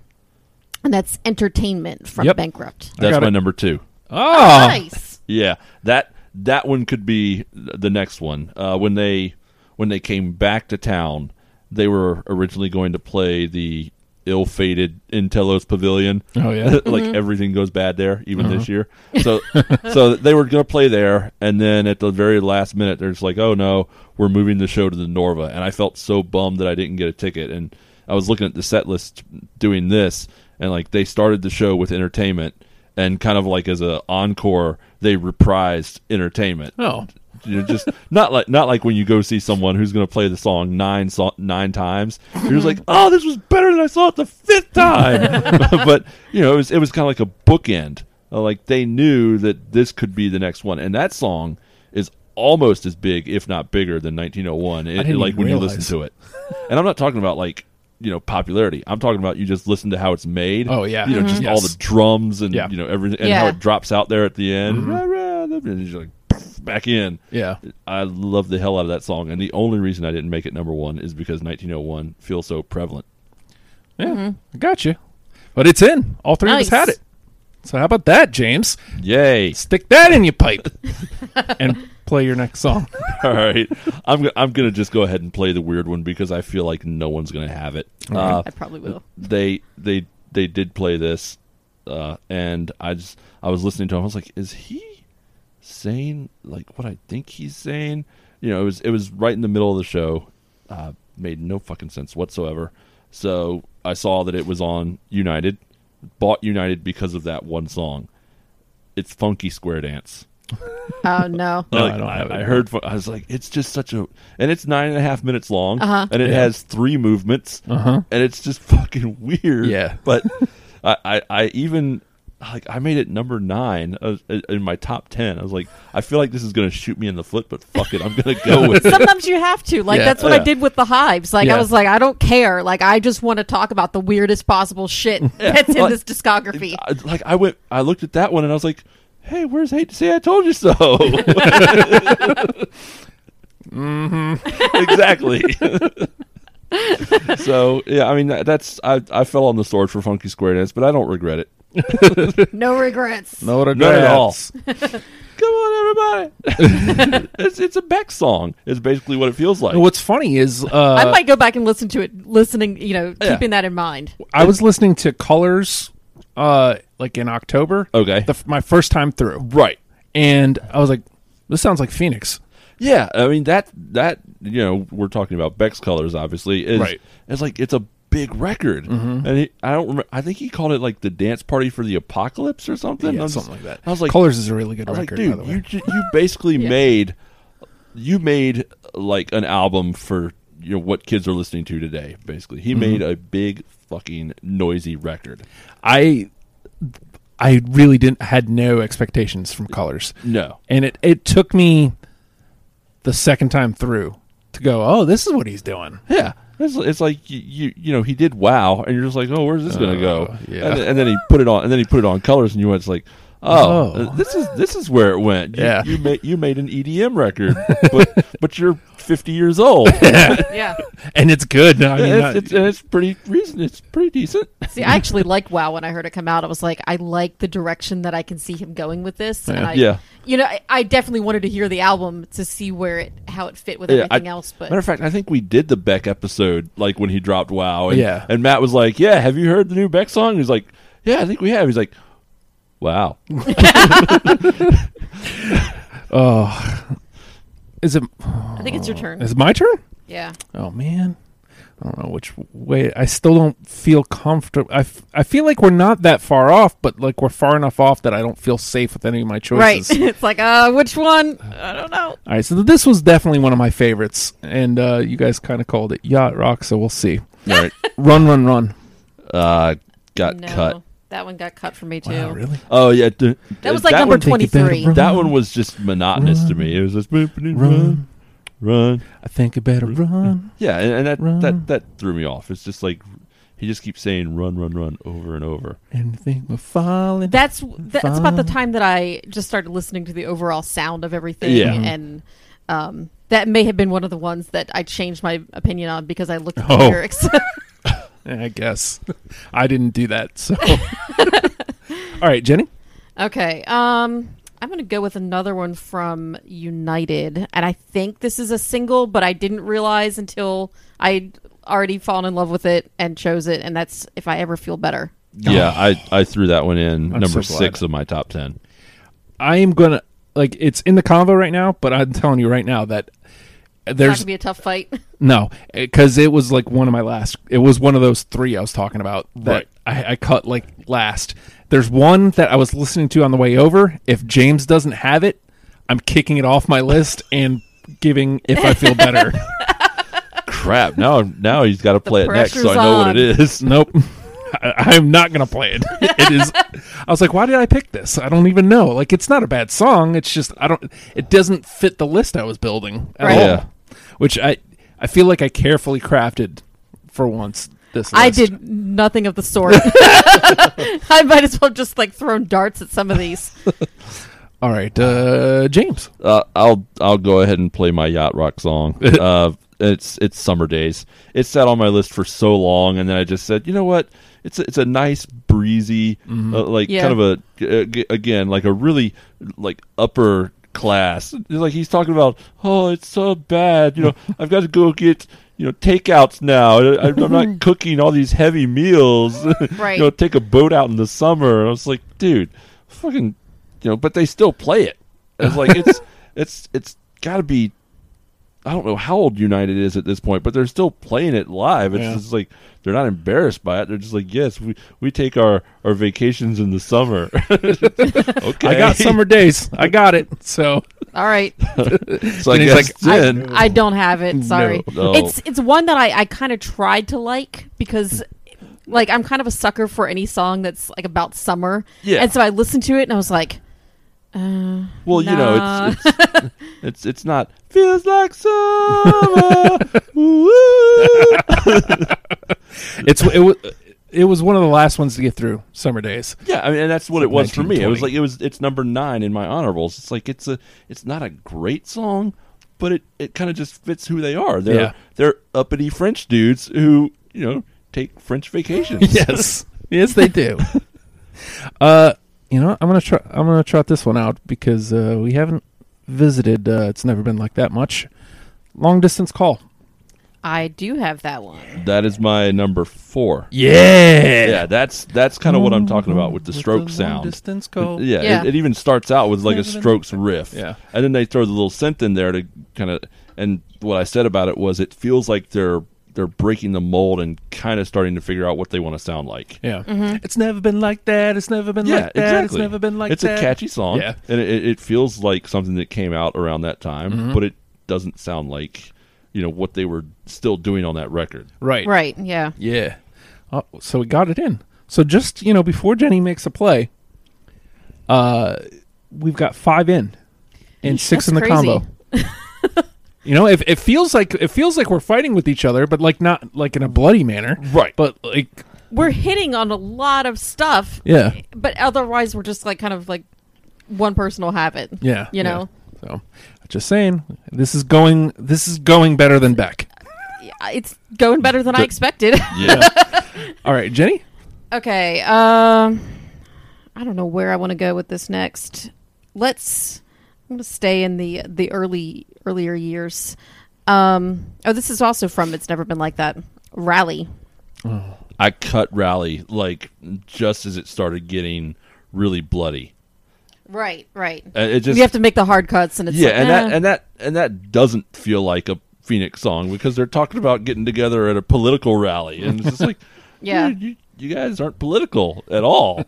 S2: and that's "Entertainment" from
S1: Yep.
S2: Bankrupt.
S1: I
S3: That's
S1: got
S3: my
S1: it.
S3: number two.
S1: Oh,
S2: Nice.
S3: Yeah, that that one could be th- the next one. Uh, when they when they came back to town, they were originally going to play the ill-fated Intello's Pavilion.
S1: Oh, yeah.
S3: like everything goes bad there, even this year. So so they were going to play there, and then at the very last minute, they're just like, "Oh no, we're moving the show to the Norva," and I felt so bummed that I didn't get a ticket. And I was looking at the set list doing this, and like they started the show with entertainment. And kind of like as a encore, they reprised entertainment
S1: Oh.
S3: you know, just not like not like when you go see someone who's going to play the song nine so- nine times.
S1: (laughs)
S3: You're just like, oh, this was better than I saw it the fifth time. (laughs) but you know, it was it was kind of like a bookend. Uh, Like they knew that this could be the next one, and that song is almost as big, if not bigger, than 1901. It-
S1: I didn't
S3: like
S1: even
S3: when
S1: realize.
S3: you listen to it, and I'm not talking about like you know popularity. I'm talking about you just listen to how it's made.
S1: Oh, yeah.
S3: you know, just
S1: Mhm.
S3: all
S1: Yes.
S3: the drums and
S1: Yeah.
S3: you know everything, and how
S2: Yeah.
S3: it drops out there at the end. Rah, rah, and you're like back in.
S1: Yeah.
S3: I love the hell out of that song, and the only reason I didn't make it number one is because 1901 feels so prevalent.
S1: Yeah. Gotcha. But it's in. All three
S2: Mm-hmm. Nice.
S1: of us had it. So how about that, James? (laughs)
S3: Yay! (laughs)
S1: Stick that in your pipe (laughs) and play your next song.
S3: All right, I'm go- I'm gonna just go ahead and play the weird one because I feel like no one's gonna have it. Uh,
S2: I probably will.
S3: they they they did play this, uh, and I just I was listening to him. I was like, is he saying like what I think he's saying? You know, it was it was right in the middle of the show, uh, made no fucking sense whatsoever. So I saw that it was on United, bought United because of that one song. It's funky square dance.
S2: Oh no.
S1: No,
S3: Like,
S1: I don't have it.
S3: I heard. fu- I was like, it's just such a, and it's nine and a half minutes long,
S2: Uh-huh.
S3: and it
S1: Yeah.
S3: has three movements,
S1: Uh-huh.
S3: and it's just (laughs) fucking weird.
S1: Yeah.
S3: but I, I, I even like I made it number nine uh, in my top ten. I was like, I feel like this is gonna shoot me in the foot, but fuck it, I'm gonna
S1: (laughs)
S3: go with it.
S2: (laughs) Sometimes you have to. Like
S1: Yeah.
S2: that's what I
S3: Yeah.
S2: did with the hives. Like
S1: Yeah.
S2: I was like, I don't care. Like I just want to talk about the weirdest possible shit that's in
S3: Like-
S2: this
S3: (laughs)
S2: discography.
S3: I- like I went, I looked at that one, and I was like, hey, where's hate to say I told you so? mm-hmm. (laughs) Exactly. so yeah, I mean that, that's I I fell on the sword for Funky Square Dance, but I don't regret it.
S2: No regrets.
S1: No
S3: Not at all.
S1: regrets.
S3: Come on, everybody! it's it's a Beck song. It's basically what it feels like.
S1: What's funny is uh,
S2: I might go back and listen to it. Listening, you know,
S3: Yeah.
S2: keeping that in mind.
S1: I was listening to Colors uh like in October.
S3: Okay.
S1: The, f- my first time through.
S3: Oh. right.
S1: And I was like this sounds like Phoenix.
S3: Yeah, I mean that that you know we're talking about Beck's colors obviously is
S1: Right. Mm-hmm.
S3: it's like it's a big record and he, I don't remember I think he called it like the dance party for the apocalypse or something
S1: yeah,
S3: I'm
S1: something
S3: just-
S1: like that.
S3: I was like
S1: Colors is a really good
S3: I was
S1: record
S3: like
S1: by the
S3: dude
S1: way.
S3: you ju- you basically made you made like an album for you know what kids are listening to today basically he
S1: Mm-hmm.
S3: made a big fucking noisy record
S1: I I really didn't had no expectations from Colors.
S3: no
S1: and it it took me the second time through to go, oh, this is what he's doing.
S3: Yeah. It's, it's like you, you you know he did wow and you're just like oh where's this gonna go
S1: Oh, yeah.
S3: and, and then he put it on and then he put it on colors and you went it's like oh,
S1: Oh.
S3: uh, this is this is where it went You-
S1: Yeah.
S3: you made you made an EDM record
S1: (laughs)
S3: but but you're 50 years old
S2: Yeah.
S1: And it's good. I mean,
S3: and,
S1: not-
S3: it's, uh, it's, and it's pretty reason it's pretty decent
S2: See, I actually like WoW when I heard it come out. I was like, I like the direction that I can see him going with this. And
S1: Yeah.
S2: I,
S3: Yeah.
S2: You know, I, I definitely wanted to hear the album to see where it, how it fit with
S3: Yeah,
S2: everything
S3: I-
S2: else. But
S3: matter of fact I think we did the Beck episode like when he dropped wow and,
S1: Yeah.
S3: and Matt was like yeah have you heard the new Beck song and he's like
S2: (laughs)
S3: yeah I think we have he's like wow
S1: Oh, is it?
S2: I think it's your turn.
S1: Is it my turn?
S2: Yeah.
S1: Oh man, I don't know which way. I still don't feel comfortable. I, f- I feel like we're not that far off, but like we're far enough off that I don't feel safe with any of my choices. (laughs)
S2: Right. (laughs) it's like, uh, which one? I don't know.
S1: All right, so this was definitely one of my favorites, and uh, you guys kind of called it yacht rock. So we'll (laughs) see.
S3: All right.
S1: Run, run, run.
S3: Uh, got
S2: no,
S3: cut.
S2: That one got cut for me too.
S1: Wow, really?
S3: Oh yeah, d-
S2: That was like
S3: that
S2: number
S3: one,
S1: take
S2: twenty
S1: it down to
S2: three.
S1: Brooklyn.
S3: That one was just monotonous to me. It was just run,
S1: Mm-hmm.
S3: run,
S1: Run. I think I better (laughs) run.
S3: Yeah, and, and that,
S1: Run.
S3: that that threw me off. It's just like he just keeps saying run, run, run over
S1: (sighs)
S3: and over.
S1: Anything we're falling.
S2: That's that's about the
S1: Fun.
S2: time that I just started listening to the overall sound of everything,
S3: Yeah.
S1: Mm-hmm.
S2: and um, that may have been one of the ones that I changed my opinion on because I looked at the
S1: Oh.
S2: lyrics. (laughs)
S1: I guess I didn't do that. (laughs) So, all right, Jenny.
S2: okay, um, I'm going to go with another one from United, and I think this is a single, but I didn't realize until I already fallen in love with it and chose it, and that's if I ever feel better.
S3: Yeah, I, I threw that one in
S1: I'm so
S3: number
S1: glad.
S3: six of my top ten.
S1: I am gonna like it's in the convo right now, but I'm telling you right now that
S2: It's not going
S1: there's
S2: to be a tough fight.
S1: no because it was like one of my last. It was one of those three I was talking about that
S3: Right.
S1: I, I cut like last. There's one that I was listening to on the way over. If James doesn't have it, I'm kicking it off my list and giving if I feel better.
S3: Crap! Now now he's got to play it next, so I
S2: pressure's
S3: know what
S2: on.
S3: it
S1: (laughs)
S3: is.
S1: nope. I, I'm not gonna play it. (laughs) It is. I was like, why did I pick this? I don't even know. Like, it's not a bad song. It's just I don't. It doesn't fit the list I was building at
S2: Right.
S1: all.
S3: Yeah.
S1: Which I I feel like I carefully crafted for once. This
S2: I
S1: list.
S2: did nothing of the
S3: (laughs)
S2: sort. I might as well just like thrown darts at some of these.
S1: All right, uh, James.
S3: Uh, I'll I'll go ahead and play my yacht rock song. Uh, it's it's summer days. It sat on my list for so long, and then I just said, you know what? It's a, it's a nice breezy, uh, like
S2: Yeah.
S3: kind of a ag- again like a really like upper class. Like he's talking about, oh, it's so bad. You know, I've got to go get. You know, takeouts now. I, I'm not cooking all these heavy meals. (laughs)
S2: Right.
S3: you know, take a boat out in the summer. And I was like, dude, fucking, you know, but they still play it. It's
S2: (laughs)
S3: like it's it's it's got to be. I don't know how old United is at this point, but they're still playing it live. It's
S1: Yeah.
S3: just like they're not embarrassed by it. They're just like, yes, we, we take our, our vacations in the summer. (laughs)
S1: (laughs)
S3: okay,
S1: I got summer days. I got it. So (laughs)
S2: All right,
S3: (laughs) So I
S1: And he's
S3: guess
S1: like, I-
S3: then
S2: I don't have it. Sorry.
S3: No.
S2: It's it's one that I I kind of tried to like because like I'm kind of a sucker for any song that's like about summer.
S3: Yeah.
S2: And so I listened to it and I was like, uh,
S3: Well, you
S2: nah.
S3: know, it's it's,
S2: (laughs)
S3: it's it's not feels like summer. (laughs) Woo. (laughs)
S1: it's it was it was one of the last ones to get through. Summer days.
S3: Yeah, I mean, and that's what it was for me. It was
S1: 1920.
S3: like it was. It's number nine in my honorables. It's like it's a. It's not a great song, but it it kind of just fits who they are. They're
S1: Yeah.
S3: they're uppity French dudes who you know take French (laughs)
S1: (laughs)
S3: vacations.
S1: yes, yes, they do. (laughs) uh, you know, I'm gonna try. I'm gonna trot this one out because uh, we haven't visited. Uh, it's never been like that much. Long distance call.
S2: I do have that one.
S3: That is my number four.
S1: Yeah,
S3: Yeah, that's that's kind of what I'm talking about with the stroke sound.
S1: Distance call.
S3: (laughs) Yeah,
S2: Yeah.
S3: It, it even starts out with like a
S1: Never been
S3: strokes riff.
S1: Yeah.
S3: and then they throw the little synth in there to kind of. And what I said about it was, it feels like they're they're breaking the mold and kind of starting to figure out what they want to sound like.
S1: Yeah. It's never been like that. It's never been
S3: yeah,
S1: like that.
S3: exactly.
S1: It's never been like
S3: it's
S1: that.
S3: a catchy song,
S1: Yeah.
S3: and it- it, it feels like something that came out around that time,
S1: Mm-hmm.
S3: but it doesn't sound like you know what they were still doing on that record.
S1: Right.
S2: Right. Yeah.
S1: Yeah. Oh, so we got it in. So just you know, before Jenny makes a play, uh, we've got five in and six
S2: That's
S1: in the
S2: crazy. (laughs)
S1: combo. you know, if it feels like it feels like we're fighting with each other, but like not like in a bloody manner,
S3: Right, but
S1: but like
S2: We're hitting on a lot of stuff.
S1: yeah,
S2: But otherwise, we're just like kind of like one person will have it.
S1: yeah,
S2: You know.
S1: Yeah. So just saying, this is going this is going better than Beck.
S2: it's going better than I
S3: D-
S2: expected. (laughs)
S1: (laughs)
S3: yeah,
S1: All right, Jenny.
S2: okay. Um, I don't know where I want to go with this next. Let's. I'm gonna stay in the the early earlier years. Um, oh, this is also from "It's Never Been Like That." Rally.
S3: I cut Rally like just as it started getting really bloody.
S2: Right, right.
S3: Uh, It just
S2: you have to make the hard cuts, and it's
S3: yeah,
S2: like,
S3: and
S2: eh.
S3: that and that and that doesn't feel like a Phoenix song because they're talking about getting together at a political rally, and it's just like,
S2: Yeah.
S3: dude, you, you guys aren't political at all.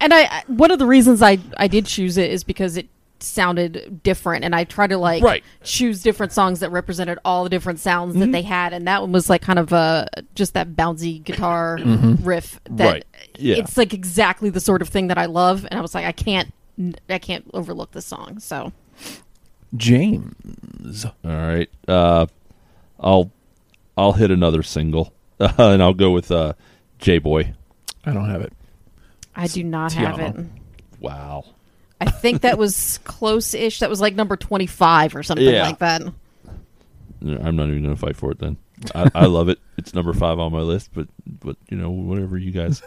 S2: and I I- one of the reasons I I did choose it is because it sounded different, and I tried to like
S1: Right.
S2: choose different songs that represented all the different sounds that they had, and that one was like kind of a just that bouncy guitar riff that
S3: Right. Yeah.
S2: it's like exactly the sort of thing that I love, and I was like I can't I can't overlook this song, so
S1: James.
S3: all right, uh, I'll I'll hit another single, (laughs) uh, and I'll go with uh, J Boy.
S1: I don't have it.
S2: I do not have it.
S1: Tiana.
S3: Wow,
S2: I think that was close-ish. That was like number twenty-five or something
S3: Yeah.
S2: like that.
S3: I'm not even gonna fight for it then. I, I love it. It's number five on my list, but but you know whatever you guys.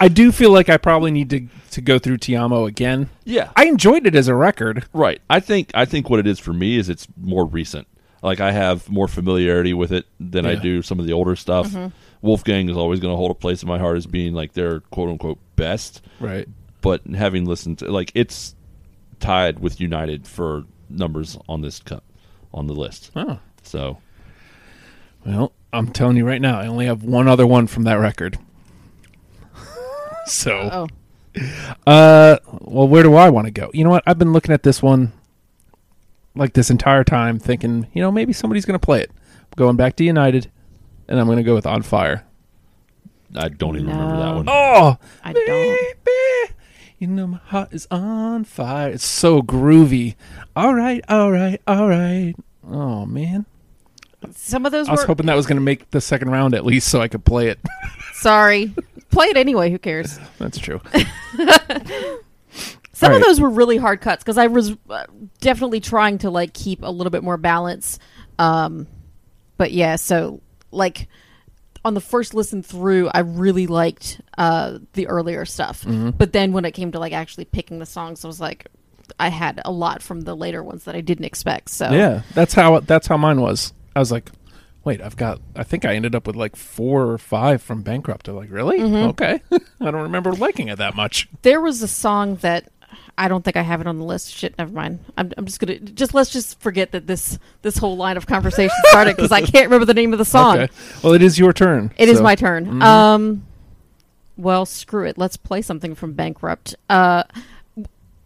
S1: I do feel like I probably need to to go through Tiamo again.
S3: Yeah,
S1: I enjoyed it as a record.
S3: Right. I think I think what it is for me is it's more recent. Like I have more familiarity with it than I
S1: Yeah.
S3: do some of the older stuff. Wolfgang is always going to hold a place in my heart as being like their quote unquote best,
S1: Right.
S3: but having listened to like it's tied with United for numbers on this cup on the list.
S1: Oh.
S3: So
S1: Well, I'm telling you right now, I only have one other one from that record. so
S2: Oh,
S1: Uh, well, where do I want to go? You know what? I've been looking at this one like this entire time, thinking, you know, maybe somebody's going to play it. I'm going back to United, and I'm going to go with On Fire.
S3: I don't even remember that
S2: No.
S3: one.
S1: Oh,
S2: I don't.
S1: baby, you know my heart is on fire. It's so groovy. All right, all right, all right. Oh man,
S2: some of those
S1: I was
S2: were
S1: hoping that was going to make the second round at least, so I could play it.
S2: sorry. Play it anyway. Who cares?
S1: That's
S2: (laughs)
S1: true.
S2: Some
S1: All right.
S2: of those were really hard cuts because I was uh, definitely trying to like keep a little bit more balance. Um, but yeah, so like on the first listen through, I really liked uh, the earlier stuff.
S1: Mm-hmm.
S2: But then when it came to like actually picking the songs, I was like, I had a lot from the later ones that I didn't expect. So
S1: Yeah, that's how that's how mine was. I was like, wait, I've got. I think I ended up with like four or five from bankrupt. I'm like, really?
S2: Mm-hmm.
S1: Okay, (laughs) I don't remember liking it that much.
S2: there was a song that I don't think I have it on the list. Shit, never mind. I'm, I'm just gonna just let's just forget that this this whole line of conversation started
S1: (laughs)
S2: because I can't remember the name of the song.
S1: Okay. Well, it is your turn.
S2: It
S1: so-
S2: is
S1: mm-hmm.
S2: my turn. Um, well, screw it. Let's play something from Bankrupt. Uh,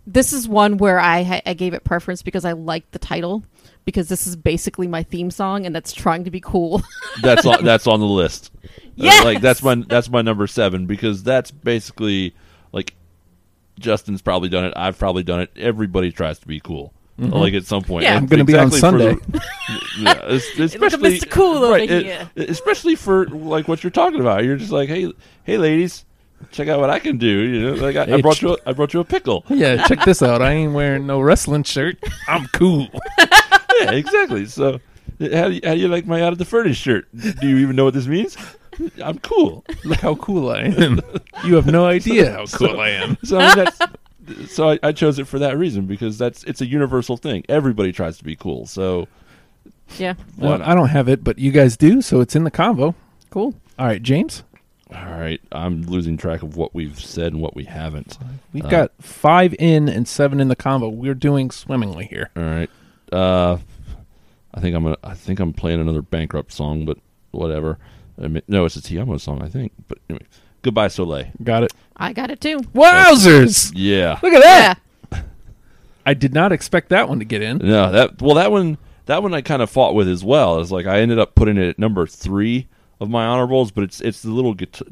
S2: this is one where I, ha- I gave it preference because I liked the title because this is basically my theme song and that's trying to be cool. (laughs)
S3: that's on that's on the list. Uh,
S2: Yes!
S3: like that's my that's my number seven because that's basically like Justin's probably done it. I've probably done it. Everybody tries to be cool. Like at some point,
S2: Yeah.
S3: And
S1: Mm-hmm. I'm gonna be on
S3: for the-
S1: Sunday.
S3: (laughs)
S2: (laughs)
S3: yeah, es- especially
S2: Mr. Cool over
S3: right, it-
S2: here.
S3: especially for like what you're talking about. You're just like, hey, hey, ladies, check out what I can do. You know, like I, I
S1: Hey,
S3: brought
S1: ch-
S3: you, a, I brought you
S1: (laughs)
S3: a pickle.
S2: (laughs)
S1: Yeah, check this out. I ain't wearing no wrestling shirt. I'm cool. (laughs)
S3: yeah, exactly. So, how do you, how do you like my out of the furnace shirt? Do you even know what this means? I'm cool.
S1: Look how cool I am. (laughs) You have no idea
S2: (laughs)
S1: how cool I am.
S3: So I mean, that's (laughs) so I, I chose it for that reason because that's it's a universal thing. Everybody tries to be cool. So
S2: yeah.
S3: why
S1: Well,
S3: not?
S1: I don't have it, but you guys do, so it's in the convo.
S2: Cool.
S1: All right, James.
S3: all right, I'm losing track of what we've said and what we haven't.
S1: We've
S3: Uh,
S1: got five in and seven in the convo. We're doing swimmingly here.
S3: All right, uh, I think I'm gonna, I think I'm playing another bankrupt song, but whatever. I mean, no, it's a Tiamo song, I think. But anyway, goodbye, Soleil.
S1: Got it.
S2: I got it too.
S1: Wowzers!
S3: Yeah.
S1: Look at that.
S2: Yeah.
S1: I did not expect that one to get in.
S3: No, that well, that one, that one I kind of fought with as well. It's like I ended up putting it at number three of my honorables, but it's it's the little guitar,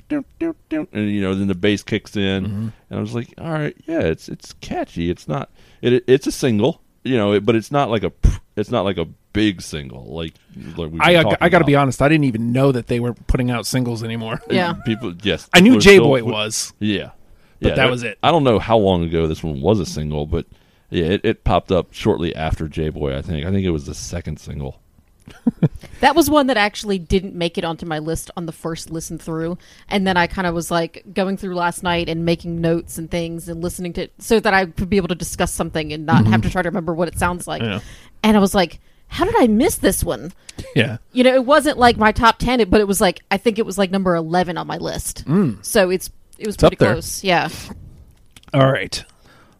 S3: and you know, then the bass kicks in,
S1: Mm-hmm.
S3: and I was like, all right, yeah, it's it's catchy. It's not it it's a single, you know, it, but it's not like a pr- it's not like a big single like, like we've
S1: I uh,
S3: been
S1: I got to
S3: talking
S1: be
S3: about.
S1: honest. I didn't even know that they were putting out singles
S3: (laughs)
S1: anymore.
S2: Yeah.
S3: People, yes,
S1: I knew
S3: people are
S1: J
S3: still
S1: Boy
S3: put-
S1: was.
S3: yeah,
S1: But
S3: Yeah,
S1: that was it.
S3: I don't know how long ago this one was a single, but yeah, it, it popped up shortly after J Boy. I think I think it was the second single.
S2: That was one that actually didn't make it onto my list on the first listen through. And then I kind of was like going through last night and making notes and things and listening to so that I could be able to discuss something and not have to try to remember what it sounds like.
S1: Mm-hmm. Yeah.
S2: And I was like, how did I miss this one?
S1: Yeah.
S2: You know, it wasn't like my top 10, it- but it was like, I think it was like number 11 on my list. So it's, it was
S1: Mm. up
S2: pretty
S1: there.
S2: close. Yeah.
S1: All right.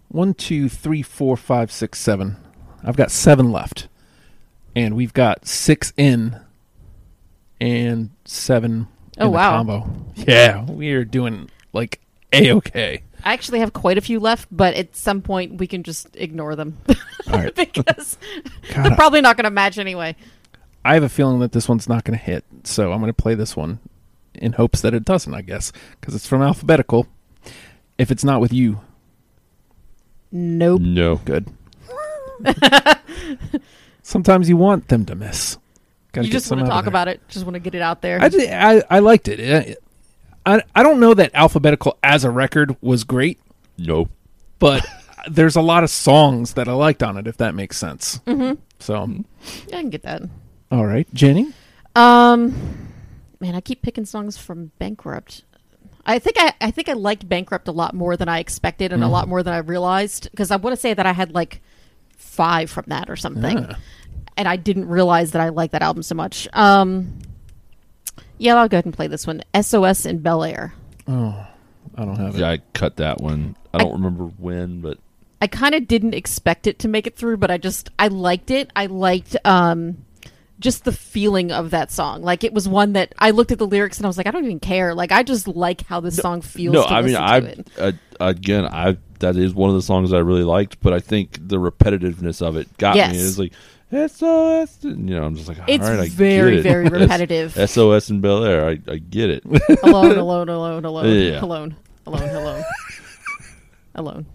S1: One, two, three, four, five, six, seven. I've got seven left. And we've got six in and seven
S2: Oh,
S1: in the
S2: wow.
S1: combo. Yeah, we're doing like a okay.
S2: I actually have quite a few left, but at some point we can just ignore them (laughs)
S1: All (laughs) right.
S2: because
S1: God,
S2: they're probably not going to match anyway.
S1: I have a feeling that this one's not going to hit, so I'm going to play this one in hopes that it doesn't, I guess, because it's from alphabetical. If it's not with you,
S2: Nope.
S3: No.
S1: good. Sometimes you want them to miss. Gotta
S2: you
S1: get
S2: just
S1: some
S2: want to
S1: out of
S2: talk
S1: there.
S2: about it. Just want to get it out there.
S1: I, ju- I I liked it. It- I I don't know that alphabetical as a record was great,
S3: No.
S2: (laughs)
S1: but there's a lot of songs that I liked on it. If that makes sense. Mm-hmm. So,
S2: I can get that.
S1: all right, Jenny.
S2: Um, man, I keep picking songs from Bankrupt. I think I, I think I liked Bankrupt a lot more than I expected,
S1: Mm.
S2: and a lot more than I realized. Because I want to say that I had like five from that or something,
S1: Yeah.
S2: and I didn't realize that I liked that album so much. Um, yeah, I'll go ahead and play this one. SOS in Bel Air.
S1: Oh, I don't have it.
S3: Yeah, I cut that one. I don't remember when, but
S2: I kind of didn't expect it to make it through, but I just I liked it. I liked um just the feeling of that song. Like it was one that I looked at the lyrics and I was like, I don't even care. Like I just like how this song feels.
S3: no.
S2: to
S3: I mean,
S2: listen to
S3: I
S2: it.
S3: uh, again, I that is one of the songs I really liked, but I think the repetitiveness of it got
S2: Yes.
S3: me. It's like SOS, and, you know. I'm just like, all right,
S2: It's
S3: I
S2: very,
S3: get it.
S2: very
S3: (laughs) That's
S2: repetitive.
S3: SOS in Bel Air, I, I get it.
S2: alone, alone, alone, alone,
S3: Yeah.
S2: alone, alone, alone, alone.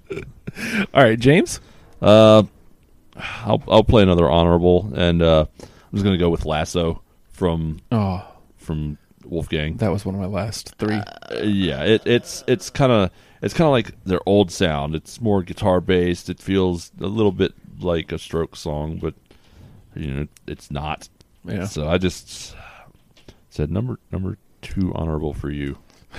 S1: All right, James.
S3: Uh, I'll I'll play another honorable, and uh, I'm just gonna go with Lasso from
S1: Oh,
S3: from Wolfgang.
S1: that was one of my last three.
S3: Uh, yeah, it, it's it's kind of it's kind of like their old sound. It's more guitar based. It feels a little bit like a stroke song, but you know it's not.
S1: yeah.
S3: So I just said number number two honorable for you.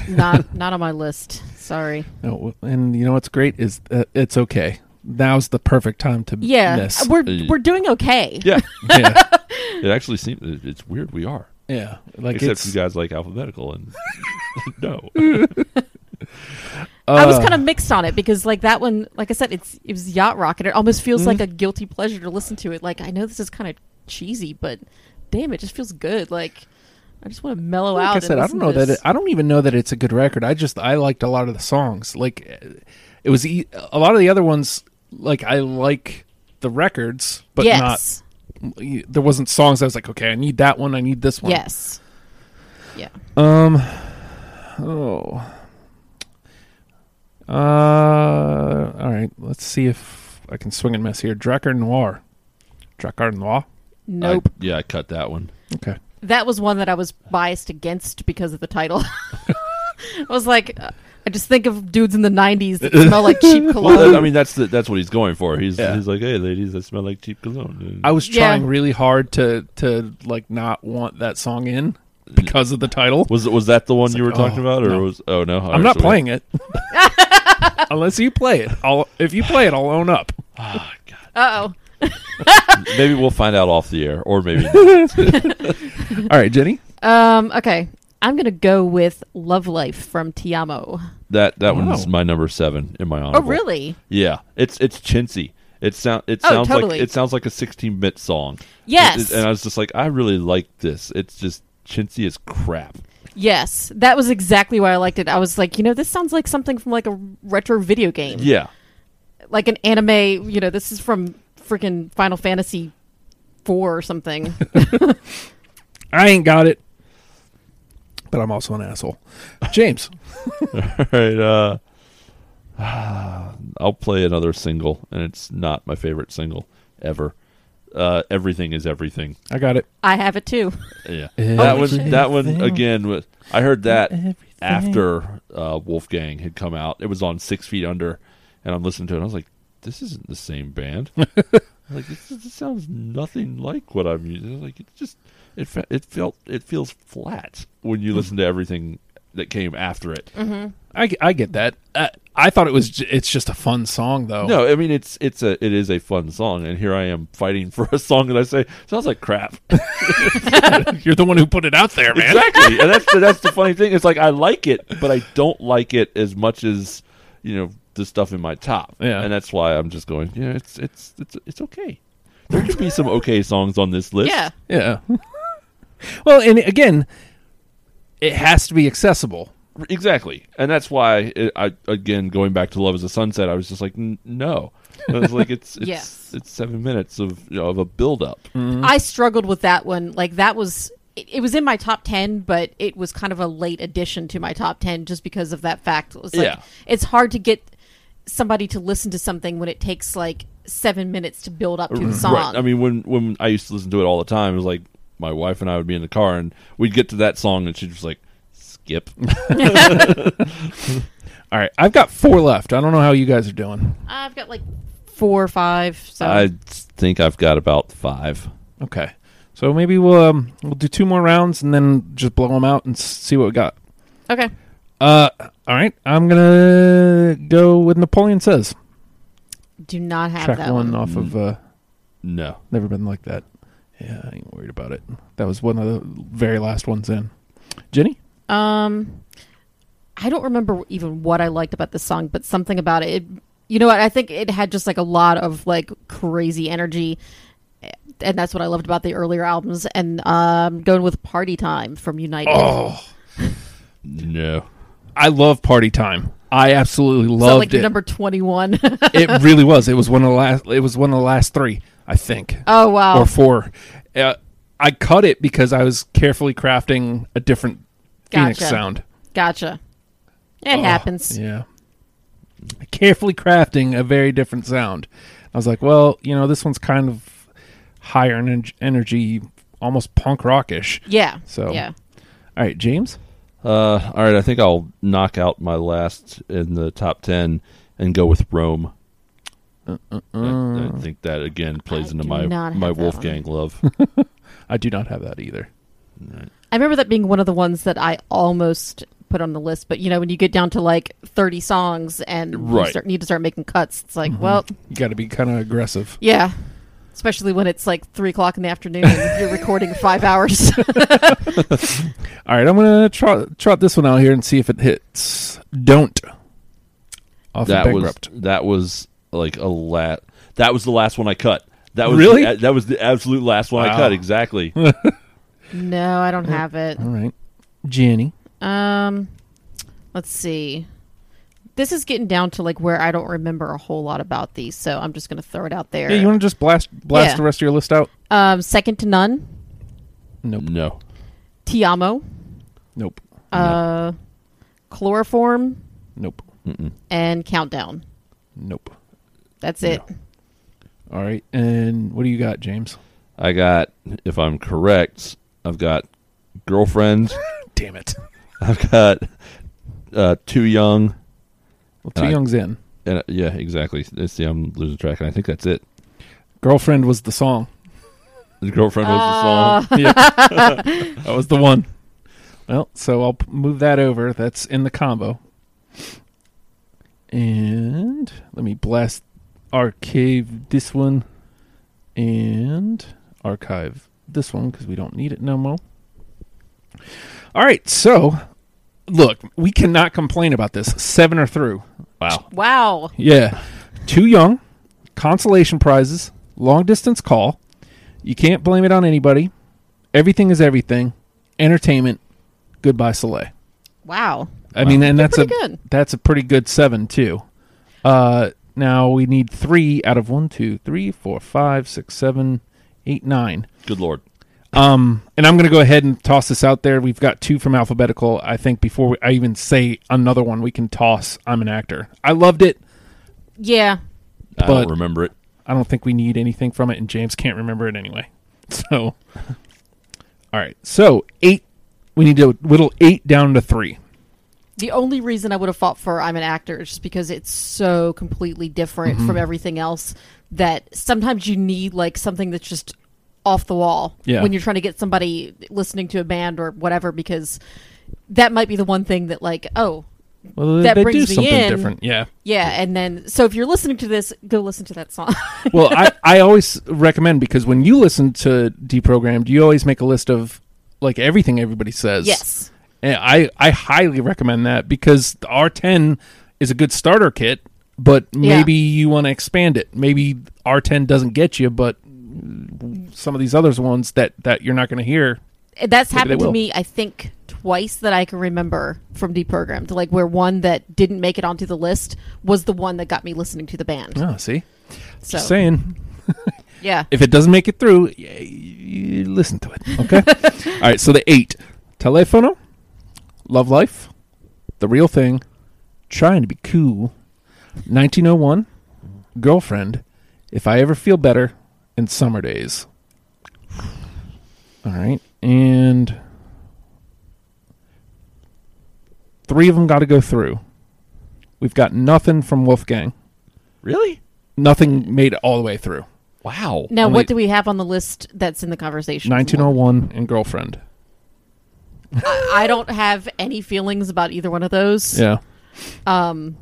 S2: Not not on my list. Sorry.
S1: No, and you know what's great is uh, it's okay. Now's the perfect time to
S2: Yeah,
S1: miss.
S2: we're
S3: Uh,
S2: we're doing okay.
S3: Yeah,
S1: (laughs) yeah,
S3: it actually seems it- it's weird. We are
S1: yeah. Like
S3: except
S1: it's,
S3: you guys like
S1: (laughs)
S3: alphabetical and (laughs) no.
S2: I was
S1: uh,
S2: kind of mixed on it because, like that one, like I said, it's it was yacht rock, and it almost feels like a
S1: Mm-hmm.
S2: guilty pleasure to listen to it. Like I know this is kind of cheesy, but damn, it just feels good. Like I just want to mellow out.
S1: like I
S2: and
S1: said, I don't
S2: listen to
S1: know that
S2: this.
S1: it, I don't even know that it's a good record. I just I liked a lot of the songs. Like it was e- a lot of the other ones. Like I like the records, but
S2: yes,
S1: not there wasn't songs. I was like, okay, I need that one. I need this one.
S2: yes, yeah.
S1: Um. Oh. Uh. All right. Let's see if I can swing and miss here. Drakkar Noir. Drakkar Noir.
S2: Nope,
S3: I- yeah, I cut that one.
S1: Okay.
S2: that was one that I was biased against because of the title. (laughs) I was like, uh, I just think of dudes in the '90s that smell like cheap
S1: (laughs)
S2: cologne.
S3: Well, that, I mean, that's the, that's what he's going for. He's
S1: Yeah.
S3: he's like, hey, ladies, I smell like cheap cologne.
S1: I was
S2: Yeah.
S1: trying really hard to to like not want that song in because of the title.
S3: was was that the one you were
S1: like,
S3: talking
S1: oh,
S3: about, or
S1: no.
S3: was oh no?
S1: I'm not playing it unless you play it. I'll if you play it, I'll own up.
S2: Uh oh.
S3: Maybe we'll find out off the air,
S2: (laughs)
S3: or maybe not.
S1: All right, Jenny.
S2: Um. Okay. I'm gonna go with "Love Life" from Tiamo.
S3: that that
S1: Wow.
S3: one's my number seven in my
S2: Oh,
S3: honorable.
S2: really?
S3: Yeah, it's it's chintzy. It sound it
S2: Oh,
S3: sounds
S2: totally.
S3: like it sounds like a 16 bit song.
S2: Yes.
S3: It- it- and I was just like, I really like this. It's just chintzy as crap.
S2: Yes, that was exactly why I liked it. I was like, you know, this sounds like something from like a retro video game,
S3: Yeah,
S2: like an anime. You know, this is from freaking Final Fantasy four or
S3: (laughs)
S2: something.
S1: I ain't got it, but I'm also an asshole. James.
S3: All right, uh, (sighs) I'll play another single, and it's not my favorite single ever. Uh, everything is everything.
S1: I got it.
S2: I have it too.
S3: Yeah, that one. That one
S1: Everything.
S3: again. Was, I heard that
S1: Everything.
S3: after uh, Wolfgang had come out. It was on Six Feet Under, and I'm listening to it. and I was like, "This isn't the same
S1: (laughs)
S3: band." like this, is- this sounds nothing like what I'm using. Like it's just it. Fe- it felt it feels flat when
S1: Mm.
S3: you listen to everything that came after it.
S1: I, I get that. Uh, I thought it was. J- it's just a fun song, though.
S3: No, I mean it's it's a it is a fun song, and here I am fighting for a (laughs) song that I say sounds like crap.
S1: (laughs) you're the one who put it out there, man.
S3: Exactly, and that's the, that's the funny thing. It's like I like it, but I don't like it as much as you know the stuff in my top.
S1: Yeah.
S3: And that's why I'm just going, yeah, it's it's it's it's okay. There could be some okay songs on this list.
S2: Yeah.
S1: Yeah. (laughs) well, and again, it has to be accessible.
S3: Exactly. And that's why it, I again going back to Love is a Sunset, I was just like N- no. I was like
S2: (laughs)
S3: it's it's
S2: Yes.
S3: it's 7 minutes of you know, of a build up.
S2: I struggled with that one. Like that was it, it was in my top 10, but it was kind of a late addition to my top 10 just because of that fact. It was like
S3: Yeah.
S2: it's hard to get somebody to listen to something when it takes like 7 minutes to build up to the song.
S3: Right. I mean, when when I used to listen to it all the time, it was like my wife and I would be in the car and we'd get to that song and she'd just like skip.
S1: All right, I've got four left. I don't know how you guys are doing.
S2: I've got like 4 or 5 so
S3: I think I've got about five.
S1: Okay, so maybe we'll um, we'll do two more rounds and then just blow them out and s- see what we got.
S2: Okay.
S1: Uh, all right, I'm gonna go with Napoleon Says.
S2: Do not have
S1: Track
S2: that
S1: one,
S2: one.
S1: off of uh,
S3: No,
S1: Never Been Like That. Yeah, I ain't worried about it. That was one of the very last ones in. Jenny,
S2: Um, I don't remember even what I liked about this song, but something about it. it you know what? I think it had just like a lot of like crazy energy, and that's what I loved about the earlier albums. And um, going with "Party Time" from United.
S1: Oh,
S3: no.
S1: I love Party Time. I absolutely
S2: so
S1: loved
S2: like
S1: it.
S2: number twenty-one. (laughs)
S1: it really was. It was one of the last. It was one of the last three, I think,
S2: oh wow!
S1: or four. Uh, I cut it because I was carefully crafting a different Phoenix
S2: Gotcha.
S1: sound.
S2: gotcha. It happens.
S1: Oh, Yeah, carefully crafting a very different sound. I was like, well, you know, this one's kind of higher en- energy, almost punk rockish.
S2: Yeah.
S1: So-
S2: yeah.
S1: All right, James.
S3: Uh, all right, I think I'll knock out my last in the top ten and go with Rome. I, I think that again plays
S2: I
S3: into
S2: do
S3: my
S2: not have
S3: my
S2: that
S3: Wolfgang
S2: (laughs)
S3: love.
S1: I do not have that either.
S2: I remember that being one of the ones that I almost put on the list, but you know when you get down to like thirty songs and you
S3: Right.
S2: start, need to start making cuts, it's
S1: Mm-hmm.
S2: like, well,
S1: You got to be kind of aggressive.
S2: Yeah. Especially when it's like three o'clock in the afternoon and you're (laughs) recording five hours.
S1: All right, I'm gonna trot, trot this one out here and see if it hits. Don't. Off
S3: that
S1: of
S3: was
S1: bankrupt.
S3: that was like a la- That was the last one I cut. That was
S1: Really?
S3: the- that was the absolute last one I
S1: Wow.
S3: cut. Exactly.
S2: no, I don't have it.
S1: All right, Jenny.
S2: Um, let's see. This is getting down to like where I don't remember a whole lot about these, so I'm just gonna throw it out there.
S1: Yeah, you want to just blast blast
S2: Yeah.
S1: the rest of your list out?
S2: um, second to none,
S1: Nope.
S3: no.
S2: Ti amo,
S1: Nope.
S2: uh, chloroform,
S1: Nope.
S2: and countdown.
S1: Nope.
S2: That's it.
S1: All right, and what do you got, James?
S3: I got, if I'm correct, I've got girlfriend. (laughs)
S1: Damn it.
S3: I've got uh, too young.
S1: Well, two
S3: And I-
S1: young's in.
S3: And uh, yeah, exactly. Let's See, I'm losing track, and I think that's it.
S1: Girlfriend was the song.
S3: The girlfriend was the
S1: (laughs)
S3: song.
S1: yeah. that was the one. Well, so I'll p- move that over. That's in the combo. And let me blast archive this one and archive this one because we don't need it no more. All right, so look, we cannot complain about this. Seven or through.
S3: Wow.
S2: Wow.
S1: Yeah. Too young, consolation prizes, long distance call. You can't blame it on anybody. Everything is everything. Entertainment. Goodbye, Soleil.
S2: Wow.
S1: I mean, and that's a
S2: pretty good.
S1: that's a pretty good seven too. Uh, now we need three out of one, two, three, four, five, six, seven, eight, nine.
S3: Good lord.
S1: Um, and I'm going to go ahead and toss this out there. We've got two from alphabetical. I think before we, I even say another one, we can toss. I'm an actor. I loved it.
S2: Yeah.
S1: But-
S3: I don't remember it.
S1: I don't think we need anything from it, and James can't remember it anyway. (laughs) So, all right. So eight. We need to whittle eight down to three.
S2: The only reason I would have fought for I'm an actor is just because it's so completely different
S1: Mm-hmm.
S2: from everything else that sometimes you need like something that's just off the wall
S1: Yeah.
S2: when you're trying to get somebody listening to a band or whatever because that might be the one thing that like oh
S1: Well,
S2: That
S1: they
S2: brings
S1: do
S2: me
S1: something
S2: in.
S1: different. Yeah.
S2: yeah and then so if you're listening to this go listen to that song (laughs)
S1: Well, I, I always recommend because when you listen to deprogrammed, you always make a list of like everything everybody says.
S2: yes
S1: And I I highly recommend that because the R10 is a good starter kit but
S2: Yeah.
S1: maybe you want to expand it. Maybe R10 doesn't get you, but some of these others ones that that you're not going to hear.
S2: That's
S1: Maybe they
S2: happened to
S1: will.
S2: me, I think, twice that I can remember from deprogrammed. Like where one that didn't make it onto the list was the one that got me listening to the band.
S1: Oh, see,
S2: so
S1: just saying.
S2: yeah,
S1: If it doesn't make it through, y- you listen to it. Okay. All right. So the eight: Telefono, Love Life, The Real Thing, Trying to Be Cool, 1901, Girlfriend, If I Ever Feel Better, and Summer Days. All right, and three of them got to go through. We've got nothing from Wolfgang.
S3: Really?
S1: Nothing made it all the way through.
S3: Wow.
S2: Now,
S1: Only-
S2: what do we have on the list that's in the conversation?
S1: 1901 and girlfriend.
S2: I don't have any feelings about either one of those.
S1: Yeah.
S2: Um,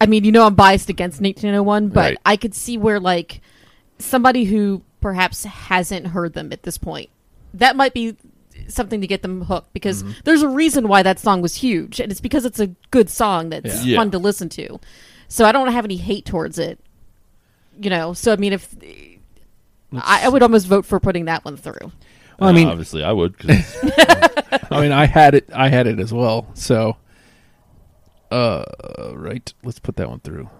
S2: I mean, you know, I'm biased against 1901, but
S1: Right.
S2: I could see where like somebody who perhaps hasn't heard them at this point that might be something to get them hooked because
S1: Mm-hmm.
S2: there's a reason why that song was huge, and it's because it's a good song that's
S3: Yeah. Yeah.
S2: fun to listen to. So I don't have any hate towards it, you know. So I mean, if I, I would almost vote for putting that one through.
S1: Well, I mean-
S3: obviously, I would. 'cause it's-
S1: I mean, I had it. I had it as well. So, uh, right. Let's put that one through.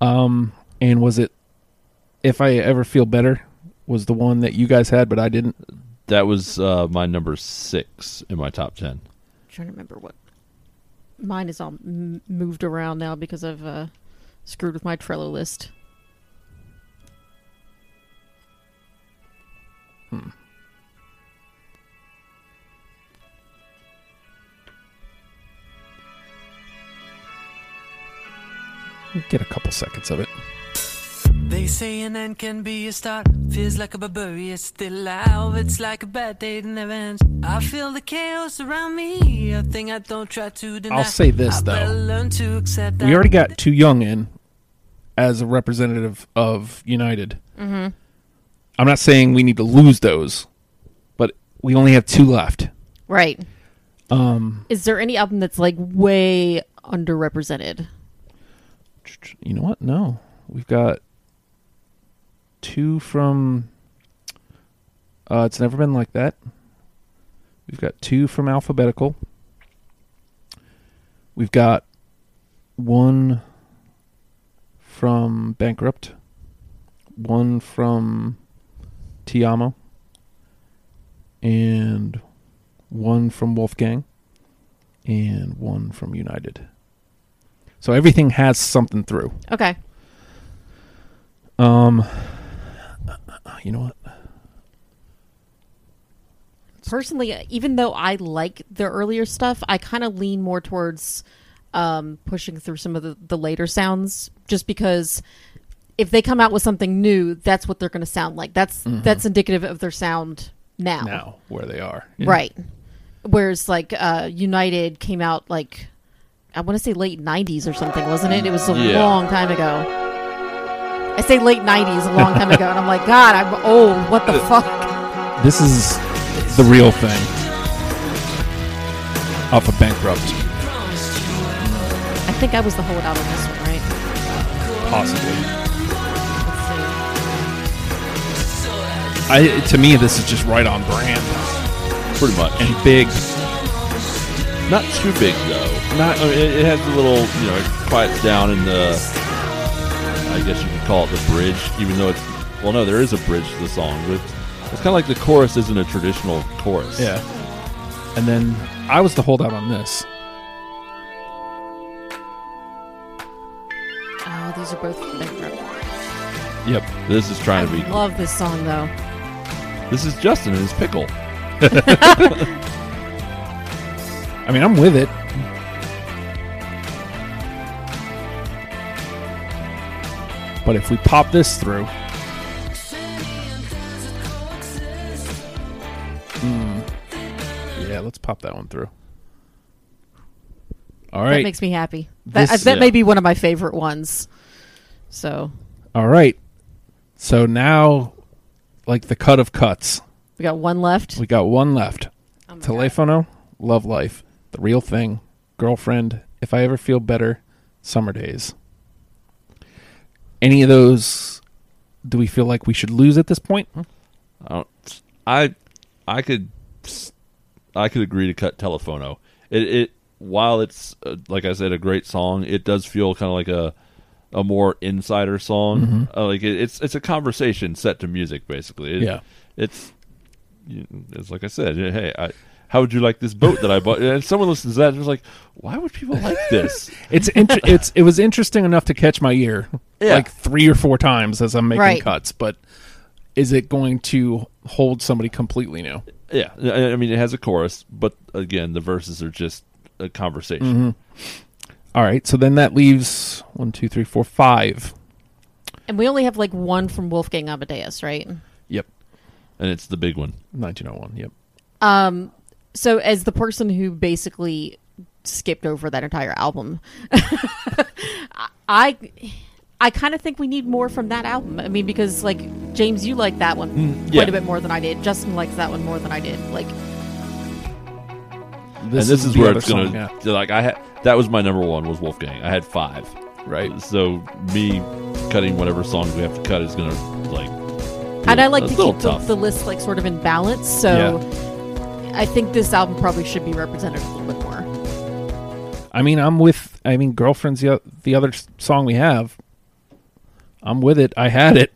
S1: Um, and was it? If I ever feel better, was the one that you guys had, but I didn't.
S3: that was uh, my number six in my top ten.
S2: trying to remember what mine is all m- moved around now because I've uh, screwed with my Trello list.
S1: Get a couple seconds of it.
S4: They say an end can be a start. Feels like a barbarian still alive. It's like a bad day that never ends. I feel the chaos around me. A thing I don't try to deny.
S1: I'll say this,
S4: I
S1: though.
S4: better learn to accept
S1: We
S4: that.
S1: already got too young in as a representative of United. Mm-hmm. I'm not saying we need to lose those, but we only have two left.
S2: Right. Um, is there any album that's like way underrepresented?
S1: you know what? No, we've got two from. Uh, it's never been like that. We've got two from alphabetical. We've got one from bankrupt, one from Tiamo, and one from Wolfgang, and one from United. So everything has something through.
S2: Okay.
S1: Um, you know what?
S2: Personally, even though I like the earlier stuff, I kind of lean more towards um, pushing through some of the, the later sounds just because if they come out with something new, that's what they're going to sound like. That's that's indicative of their sound
S1: Now where they are, Yeah.
S2: Right. Whereas like uh United came out like I want to say late 90s or something, wasn't it? It was a
S3: Yeah.
S2: long time ago. I say late 90s a long time ago and I'm like god, I'm old. What the fuck?
S1: This is the real thing. Off of bankrupt,
S2: I think I was the holdout on this one, right?
S1: possibly.
S2: Let's see.
S1: I to me, this is just right on brand
S3: Pretty much.
S1: and big.
S3: Not too big though. Not. I mean, it, it has a little. You know, it quiets down in the. I guess you could call it the bridge, even though it's. Well, no, there is a bridge to the song, but it's, kind of like the chorus isn't a traditional chorus.
S1: Yeah. And then I was the holdout on this.
S2: Oh, these are both bankrupt.
S1: Yep.
S3: This is
S2: I
S3: trying to be.
S2: love this song though.
S3: this is Justin and his pickle.
S1: I mean, I'm with it. But if we pop this through, Hmm. yeah, let's pop that one through. All
S2: That
S1: right,
S2: makes me happy. That,
S1: This-
S2: that may
S3: yeah.
S2: be one of my favorite ones. So,
S1: all right. So now, like the cut of cuts,
S2: we got one left.
S1: we got one left.
S2: Oh my God.
S1: Telefono, Love Life, The Real Thing, Girlfriend, If I Ever Feel Better, Summer Days. Any of those do we feel like we should lose at this point?
S3: Hmm? I, don't, Um, I, I could, I could agree to cut Telefono. It, it while it's uh, like I said, a great song. It does feel kind of like a, a more insider song. Uh, like it, it's it's a conversation set to music, basically. It-
S1: Yeah.
S3: it's, you- it's like I said. Hey, I, how would you like this boat that I bought? And (laughs) someone listens to that and is like, why would people like this?
S1: It's
S3: (laughs)
S1: inter- it's it was interesting enough to catch my ear
S3: Yeah.
S1: like three or four times as I'm making
S2: Right.
S1: cuts, but is it going to hold somebody completely new?
S3: Yeah, I I mean it has a chorus, but again, the verses are just a conversation.
S1: All right, so then that leaves one, two, three, four, five.
S2: And we only have like one from Wolfgang Amadeus, right?
S1: Yep,
S3: and it's the big one.
S1: nineteen oh one. Yep.
S2: So as the person who basically skipped over that entire album, (laughs) I I kind of think we need more from that album. I mean, because like James, you like that one
S3: Mm, yeah.
S2: quite a bit more than I did. Justin likes that one more than I did. Like,
S1: This
S3: and this is
S1: the
S3: where
S1: other
S3: it's gonna
S1: song, yeah.
S3: like I had that was my number one was Wolfgang. I had five.
S1: Right.
S3: So me cutting whatever songs we have to cut is gonna like. be
S2: and I
S3: a-
S2: like
S3: a
S2: to
S3: little
S2: keep the,
S3: tough.
S2: the list like sort of in balance. So I think this album probably should be represented a little bit more.
S1: I mean, I'm with. I mean, girlfriend's the, o- the other s- song we have. I'm with it. I had it.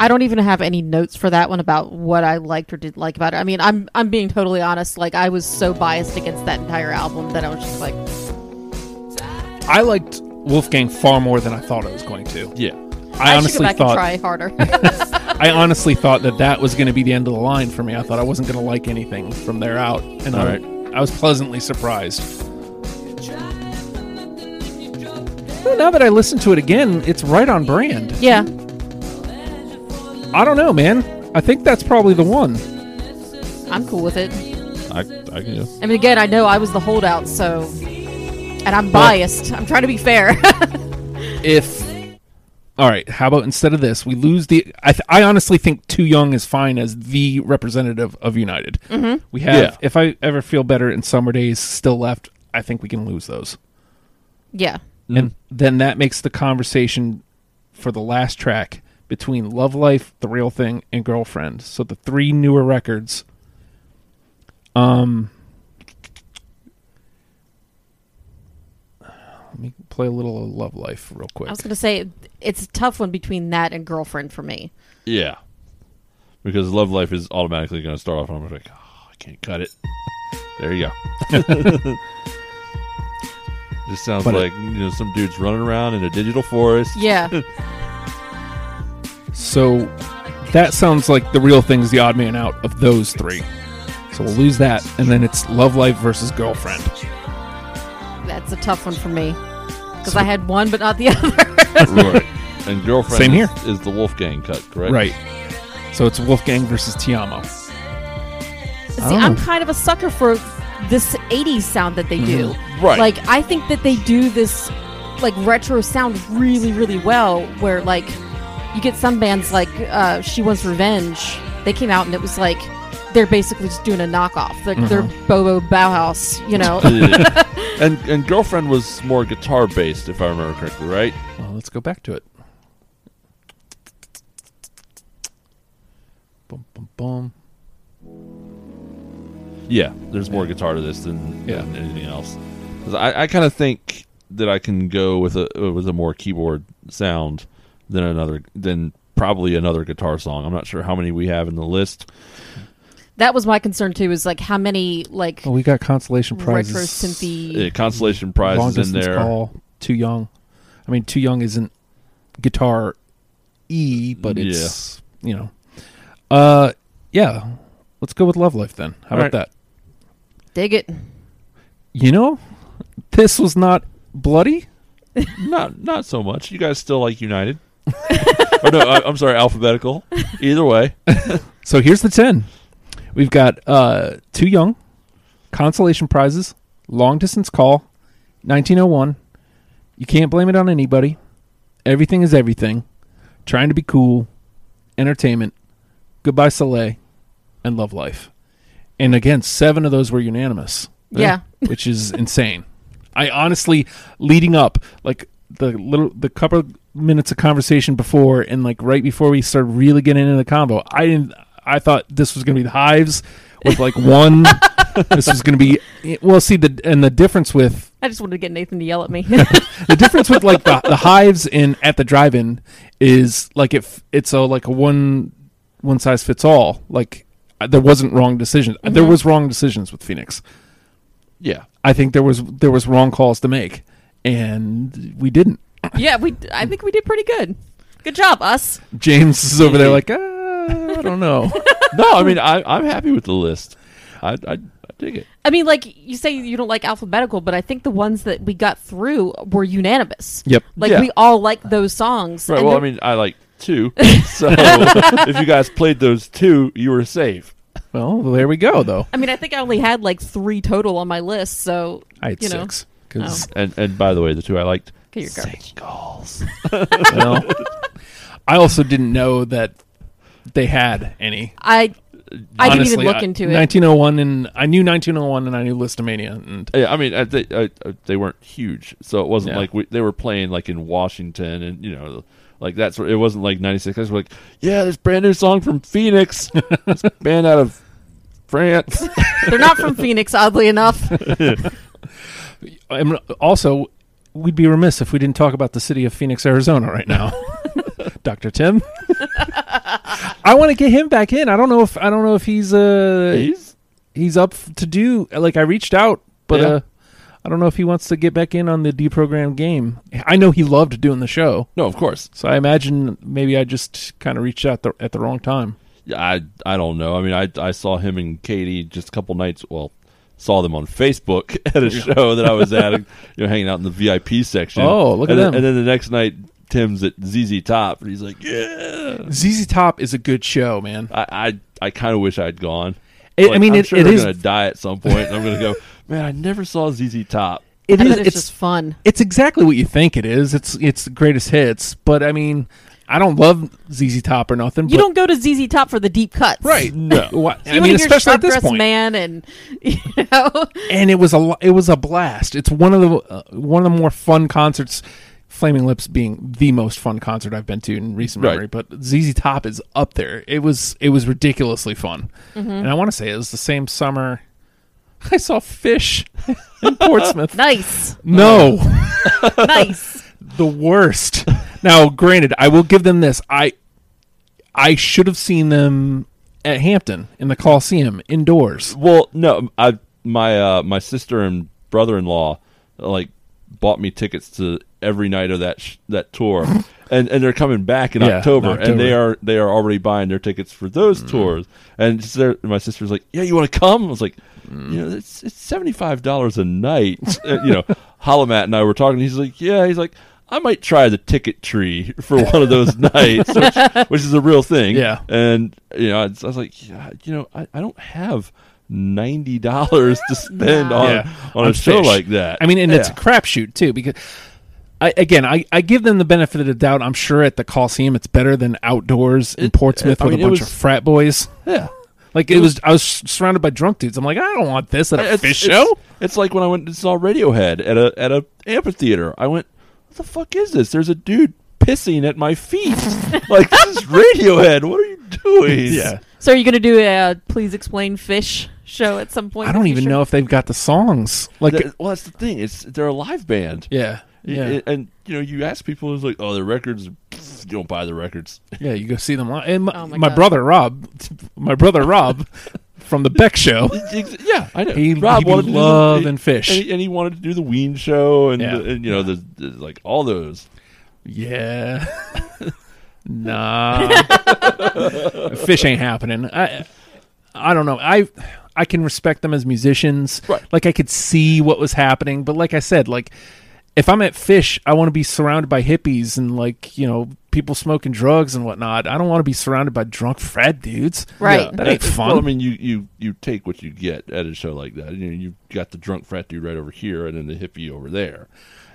S2: I don't even have any notes for that one about what I liked or didn't like about it. I mean, I'm I'm being totally honest. Like I was so biased against that entire album that I was just like,
S1: I liked Wolfgang far more than I thought I was going to. I,
S3: yeah.
S2: should go
S1: honestly
S2: back
S1: thought.
S2: and try (laughs) harder.
S1: (laughs) I honestly thought that that was going to be the end of the line for me. I thought I wasn't going to like anything from there out, and
S3: All
S1: I,
S3: right.
S1: I was pleasantly surprised. Well, now that I listen to it again, it's right on brand.
S2: yeah,
S1: I don't know, man. I think that's probably the one.
S2: I'm cool with it.
S3: I, I can.
S2: I mean, again, I know I was the holdout, so and I'm biased. I'm trying to be fair. (laughs)
S1: If all right, how about instead of this, we lose the? I, th- I honestly think Too Young is fine as the representative of United. Mm-hmm. We have.
S3: Yeah.
S1: If I ever feel better and Summer Days still left, I think we can lose those.
S2: yeah,
S1: and then that makes the conversation for the last track between love life the real thing and girlfriend so the three newer records um let me play a little of love life real quick
S2: I was gonna say it's a tough one between that and girlfriend for me.
S3: Yeah. Because Love Life is automatically gonna start off, and I'm like, oh, I can't cut it. there you go. (laughs) Just sounds
S1: But it-
S3: like you know some dudes running around in a digital forest.
S2: Yeah,
S1: so that sounds like the real thing's the odd man out of those three so we'll lose that and then it's love life versus girlfriend
S2: (laughs) that's a tough one for me because I had one but not the (laughs) other.
S3: right. And girlfriend
S1: Same
S3: is,
S1: here.
S3: is the Wolfgang cut, correct?
S1: right so it's wolfgang versus tiamo
S2: See,
S1: don't
S2: I'm
S1: know.
S2: kind of a sucker for this 80s sound that they do.
S3: Right.
S2: Like, I think that they do this, like, retro sound really, really well, where, like, you get some bands like uh, She Wants Revenge. They came out and it was like, they're basically just doing a knockoff. They're, they're Bobo Bauhaus, you
S3: (laughs)
S2: know?
S1: (laughs)
S3: and and girlfriend was more guitar based, if I remember correctly, right?
S1: Well, let's go back to it. Boom, boom, boom.
S3: Yeah, there's more guitar to this than,
S1: Yeah.
S3: than anything else. 'Cause I, I kind of think that I can go with a uh, with a more keyboard sound than another than probably another guitar song. I'm not sure how many we have in the list.
S2: that was my concern, too, is, like, how many, like,
S1: Well, Oh, we got consolation prizes.
S2: retro synthy.
S3: Uh, Constellation Prize
S1: long
S3: is in
S1: distance
S3: there.
S1: call. Too young. I mean, too young isn't guitar E, but
S3: Yeah.
S1: it's you know. Uh, yeah. Let's go with Love Life then. How
S3: All
S1: about
S3: right.
S1: that?
S2: Dig it.
S1: You know, this was not bloody.
S3: Not not so much. You guys still like United? (laughs) or no, I, I'm sorry, alphabetical.
S1: (laughs)
S3: Either way,
S1: So here's the 10. We've got uh, Too Young, Consolation Prizes, Long Distance Call, 1901, You Can't Blame It on Anybody, Everything is Everything, Trying to Be Cool, Entertainment, Goodbye Soleil, and Love Life. And again, seven of those were unanimous,
S2: Yeah.
S1: which is insane. I honestly, leading up, like the little the couple minutes of conversation before and like right before we started really getting into the combo, I didn't. I thought this was going to be the hives with like one. this was going to be well. See the and the difference with
S2: I just wanted to get Nathan to yell at me.
S1: the difference with like the, the hives in at the drive-in is like if it's a like a one one size fits all like uh, there wasn't wrong decisions Uh, there
S2: Mm-hmm.
S1: was wrong decisions with phoenix
S3: Yeah.
S1: i think there was there was wrong calls to make and we didn't
S2: (laughs)
S1: (clears throat)
S2: yeah, we. I think we did pretty good. Good job, us.
S1: james is over there like uh, i don't know
S3: No, I mean I, I'm happy with the list. I, I, I dig it.
S2: I mean, like you say, you don't like alphabetical, but I think the ones that we got through were unanimous.
S1: Yep.
S2: Like
S3: Yeah.
S2: we all like those songs.
S3: Right.
S2: and
S3: Well, I
S2: they're-
S3: mean I like two. So if you guys played those two, you were safe.
S1: well there we go though
S2: I mean, I think I only had like three total on my list. So
S1: i had
S2: you know,
S1: six because
S3: And and by the way, the two I liked.
S2: get your garbage.
S3: Singles.
S1: well, i also didn't know that they had any
S2: I I didn't even
S1: Honestly,
S2: look into it.
S1: 1901 and I knew 1901 and I knew Listomania and
S3: Yeah, I mean, I, they, I, I- they weren't huge, so it wasn't
S1: Yeah.
S3: like we, they were playing like in Washington, and you know, like that's where it wasn't like '96. I was like, yeah, this brand new song from Phoenix, (laughs) this band out of France.
S2: They're not
S1: (laughs)
S2: from Phoenix, oddly enough.
S1: I'm- also we'd be remiss if we didn't talk about the city of Phoenix, Arizona right
S2: (laughs)
S1: now. (laughs) Dr. Tim. (laughs) I want to get him back in. I don't know if I don't know if he's uh
S3: He's-
S1: he's up f- to do like I reached out, but
S3: Yeah.
S1: uh I don't know if he wants to get back in on the deprogrammed game. I know he loved doing the show,
S3: no, of course,
S1: so I imagine maybe I just kind of reached out the, at the wrong time.
S3: Yeah, I I don't know. I mean, I I saw him and Katie just a couple nights. Well, saw them on Facebook (laughs) at a show that I was at, and, you know, hanging out in the VIP section.
S1: Oh, look at
S3: and then,
S1: them.
S3: And then the next night, Tim's at ZZ Top, and he's like, yeah.
S1: ZZ Top is a good show, man.
S3: I I, I kind of wish I'd gone.
S1: It- I
S3: Like,
S1: mean,
S3: I'm
S1: it-
S3: sure
S1: it
S3: they're
S1: is-
S3: gonna die at some point, and I'm gonna go. Man, I never saw ZZ Top.
S1: It
S2: (laughs) I
S1: is-
S2: bet it's, just fun.
S1: it's exactly what you think it is. It's it's the greatest hits, but I mean, I don't love ZZ Top or nothing.
S2: You
S1: but,
S2: don't go to ZZ Top for the deep
S1: (laughs)
S2: cuts,
S1: right?
S3: No.
S1: (laughs) Why-
S2: You
S1: I
S2: want
S1: mean,
S2: to hear
S1: especially at this
S2: Sharp-Dressed
S1: point.
S2: man, and (laughs) you know,
S1: And it was a lo- it was a blast. It's one of the uh, one of the more fun concerts. Flaming Lips being the most fun concert I've been to in recent
S3: Right.
S1: memory, but ZZ Top is up there. It was it was ridiculously fun,
S2: Mm-hmm.
S1: and I want to say it was the same summer (laughs) I saw Fish in Portsmouth.
S2: (laughs) nice,
S1: no. (laughs)
S2: nice.
S1: the worst. (laughs) now, granted, I will give them this. I I should have seen them at Hampton in the Coliseum indoors.
S3: Well, no, I my uh, my sister and brother in law like bought me tickets to every night of that sh-
S1: (laughs)
S3: that tour, and and they're coming back in
S1: Yeah, in
S3: October, and they
S1: October.
S3: are they are already buying their tickets for those
S1: Mm.
S3: tours. And just there- my sister's like, "Yeah, you want to come?" I was like,
S1: Mm.
S3: "You know, it's it's seventy five dollars a night." (laughs) Uh, you know, Holomat and I were talking. He's like, "Yeah," he's like. I might try the ticket tree (laughs) for one
S1: (laughs)
S3: of those nights, which, which is a real thing.
S1: Yeah.
S3: And you know, I was I was like, yeah, you know, I, I don't have ninety dollars
S1: (laughs)
S3: to spend on
S1: Yeah.
S3: Uh, on a
S1: On
S3: show
S1: Fish.
S3: like that.
S1: I mean, and it's a
S3: Yeah.
S1: crapshoot too because. I, again, I, I give them the benefit of the doubt. I'm sure at the Coliseum it's better than outdoors in
S3: It-
S1: Portsmouth
S3: I
S1: with
S3: mean,
S1: a
S3: it
S1: bunch
S3: was-
S1: of frat boys.
S3: yeah.
S1: Like it, was, I was surrounded by drunk dudes. I'm like, I don't want this at a
S3: It's-
S1: fish
S3: it's-
S1: show.
S3: (laughs) It's like when I went and saw Radiohead at a at a amphitheater. I went, what the fuck is this? There's a dude pissing at my feet. like this is Radiohead. What are you doing?
S2: So, are you going to do a uh, please explain fish show at some point?
S1: I
S2: in the
S1: don't even
S2: future?
S1: know if they've got the songs. Like,
S3: Th- well, that's the thing. It's they're a live band.
S1: yeah, yeah,
S3: Y- And you know, you ask people, it's like, oh, their records. (laughs) You don't buy the records. (laughs)
S1: Yeah, you go see them live. And my,
S2: Oh my
S1: my
S2: God.
S1: brother Rob, my brother Rob from the Beck Show,
S3: Ex- Yeah, I know.
S1: He-
S3: Rob
S1: he
S3: wanted to do
S1: loved
S3: the,
S1: and fish.
S3: and he, and he wanted to do the Ween show, and,
S1: Yeah.
S3: the- and you know, the, the- like all those.
S1: yeah, (laughs) nah, fish ain't happening. I, I don't know. I, I can respect them as musicians.
S3: Right.
S1: Like I could see what was happening, but like I said, like if I'm at Fish, I want to be surrounded by hippies and like you know people smoking drugs and whatnot. I don't want to be surrounded by drunk frat dudes.
S2: Right.
S1: that ain't
S3: Well,
S1: fun.
S3: I mean, you, you you take what you get at a show like that. You know, you've got the drunk frat dude right over here, and then the hippie over there.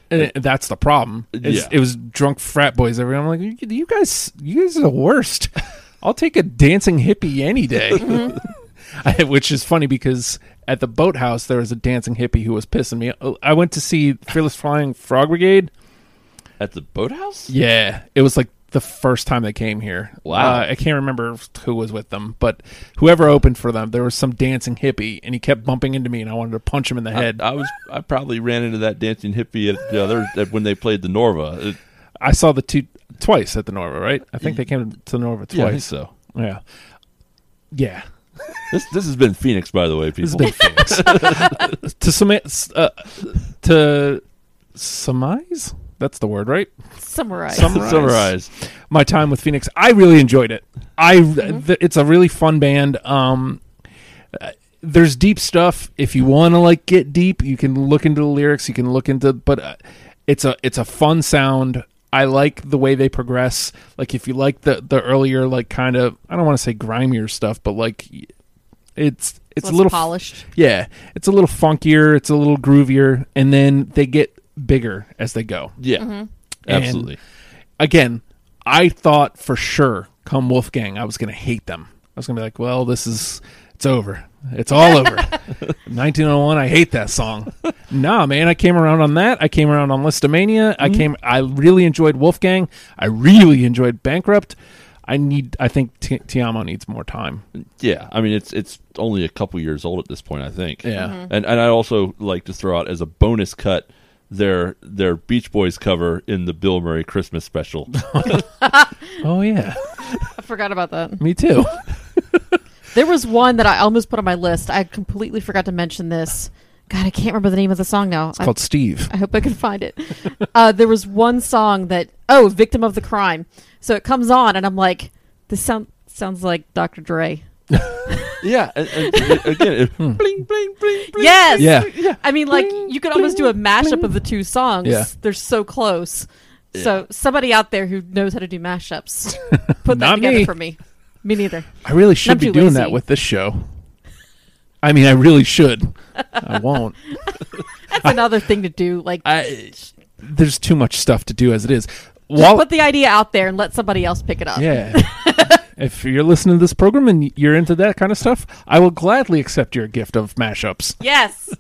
S1: And it- that's the problem. It's-
S3: Yeah.
S1: It was drunk frat boys everywhere. I'm like, you, you guys, you guys are the
S3: (laughs)
S1: worst.
S3: Mm-hmm.
S1: (laughs) I'll take a dancing hippie any day. I- Which is funny because at the boathouse, there was a dancing hippie who was pissing me. I went to see Fearless Flying Frog Brigade.
S3: At the boathouse?
S1: Yeah, it was like the first time they came here.
S3: Wow.
S1: Uh, I can't remember who was with them, but whoever opened for them, there was some dancing hippie, and he kept bumping into me, and I wanted to punch him in the head.
S3: I, I was I probably ran into that dancing hippie at the other at when they played the Norva. Uh, It,
S1: I saw the two twice at the Norva, right? I think they came to the Norva
S3: yeah, I think
S1: twice.
S3: so.
S1: Yeah. Yeah.
S3: This this has been Phoenix, by the way, people.
S1: has been
S3: (laughs)
S1: To summa- uh, to surmise? That's the word, right?
S2: Summarize.
S1: Some-
S3: Summarize.
S1: Summarize. my time with Phoenix. I really enjoyed it. I
S2: Mm-hmm.
S1: th- it's a really fun band. Um, uh, there's deep stuff. If you want to like get deep, you can look into the lyrics. You can look into, but uh, it's a it's a fun sound. I like the way they progress. Like if you like the the earlier like kind of I don't want to say grimier stuff, but like y- it's it's
S2: Less
S1: a little
S2: polished.
S1: yeah, it's a little funkier. It's a little groovier, and then they get bigger as they go
S3: Yeah. Absolutely.
S1: again, I thought for sure come Wolfgang, I was going to hate them. I was going to be like, well, this is, it's over. It's (laughs) all over. 1901, I hate that song. nah, man, I came around on that. I came around on Listomania. I came, I really enjoyed Wolfgang. I really enjoyed Bankrupt. I need, I think Ti Tiamo needs more time.
S3: Yeah. I mean it's it's only a couple years old at this point, I think.
S1: Yeah. Mhm.
S3: And and I also like to throw out as a bonus cut their their Beach Boys cover in the Bill Murray Christmas special.
S1: Oh, (laughs) yeah.
S2: (laughs) I forgot about that.
S1: Me too.
S2: There was one that I almost put on my list. I completely forgot to mention this. God, I can't remember the name of the song now.
S1: It's
S2: I-
S1: called Steve.
S2: I hope I can find it. Uh, there was one song that oh, victim of the crime. So it comes on, and I'm like, this sound sounds like Dr. Dre.
S3: yeah. And, and it- again it,
S1: Hmm.
S3: bling bling bling bling.
S2: Yes.
S1: (laughs) Yeah.
S2: I mean, like you could almost do a mashup of the two songs.
S1: Yeah.
S2: They're so close. So somebody out there who knows how to
S1: (laughs)
S2: do mashups, put that
S1: Not
S2: together
S1: me.
S2: for me.
S1: (laughs)
S2: Me neither.
S1: I really should
S2: I'm
S1: be
S2: too
S1: doing
S2: lazy.
S1: that with this show. I mean, I really should. I won't.
S2: That's another thing to do. Like,
S1: I there's too much stuff to do as it is.
S2: just
S1: While
S2: put the idea out there and let somebody else pick it up.
S1: yeah,
S2: (laughs)
S1: if you're listening to this program and you're into that kind of stuff, I will gladly accept your gift of mashups.
S2: Yes.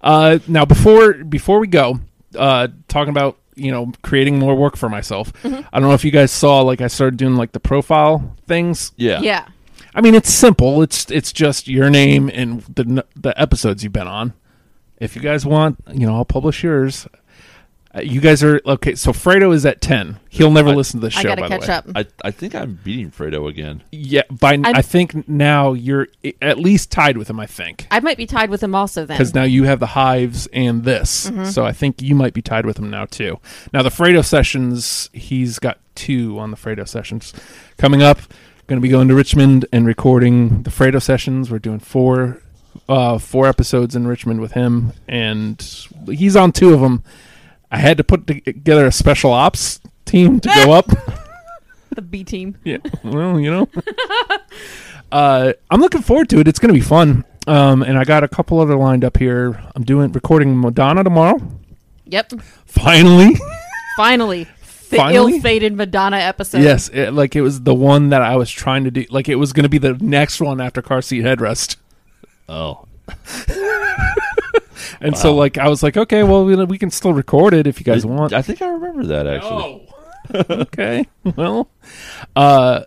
S1: Uh, now, before before we go, uh, talking about you know creating more work for myself.
S2: Mm-hmm.
S1: I don't know if you guys saw like I started doing like the profile things.
S3: Yeah.
S2: Yeah.
S1: I mean, it's simple. It's it's just your name and the n- the episodes you've been on. If you guys want, you know, I'll publish yours. Uh, you guys are okay. So Fredo is at ten. He'll never
S3: I-
S1: listen to this
S2: I
S1: show.
S2: got to
S1: by the
S2: catch
S1: way.
S2: up.
S3: I, I think I'm beating Fredo again.
S1: Yeah, by n-
S2: I'm-
S1: I think now you're i- at least tied with him. I think
S2: I might be tied with him also then.
S1: because now you have the hives and this, so I think you might be tied with him now too. Now the Fredo sessions, he's got two on the Fredo sessions coming up. Going to be going to Richmond and recording the Fredo sessions. We're doing four, uh, four episodes in Richmond with him, and he's on two of them. I had to put together a special ops team to go up.
S2: the B team.
S1: Yeah. (laughs) Well, you know. uh, I'm looking forward to it. It's going to be fun. Um, and I got a couple other lined up here. I'm doing recording Madonna tomorrow.
S2: Yep.
S1: Finally. (laughs)
S2: Finally. The
S1: Finally?
S2: ill-fated Madonna episode.
S1: yes. It, like it was the one that I was trying to do. Like it was going to be the next one after car seat headrest.
S3: Oh.
S1: And so like I was like, okay, well we, we can still record it if you guys want.
S3: I think I remember that actually.
S1: (laughs) okay. Well, uh,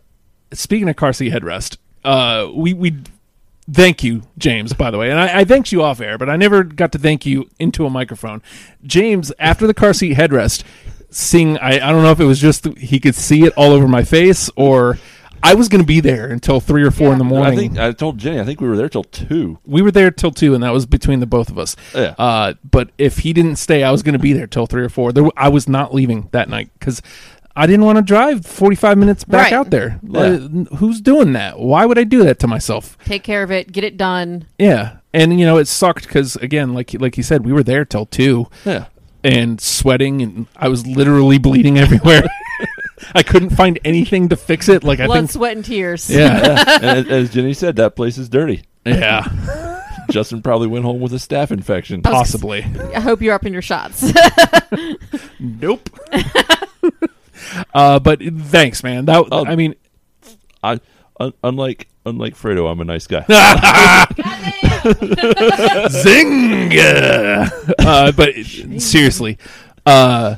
S1: speaking of car seat headrest, uh, we we thank you, James. By the way, and I, I thanked you off air, but I never got to thank you into a microphone. James, after the car seat headrest, seeing I I don't know if it was just th- he could see it all over my face or. I was going to be there until three or four in the morning.
S3: I think I told Jenny. I think we were there till two.
S1: we were there till two, and that was between the both of us.
S3: Yeah.
S1: Uh, but if he didn't stay, I was going to be there till three or four. There, w- I was not leaving that night because I didn't want to drive forty five minutes back
S2: Right.
S1: out there.
S3: Yeah.
S1: Uh, n- who's doing that? Why would I do that to myself?
S2: Take care of it. Get it done.
S1: Yeah, and you know it sucked because again, like like you said, we were there till two
S3: Yeah.
S1: and sweating, and I was literally bleeding (laughs) everywhere. I couldn't find anything to fix it. Like I
S2: Blood,
S1: think,
S2: sweat, and
S1: (laughs)
S2: tears.
S3: (laughs)
S1: yeah,
S3: and as Jenny said, that place is dirty.
S1: yeah,
S3: Justin probably went home with a staph infection.
S1: possibly.
S2: I hope you're up in
S1: (laughs)
S2: your shots.
S1: Nope. (laughs) uh, but thanks, man. That
S3: Oh.
S1: I mean, (laughs)
S3: I, un- unlike unlike Fredo, I'm a nice guy.
S1: Zinga! (laughs) Uh, but it- seriously, uh,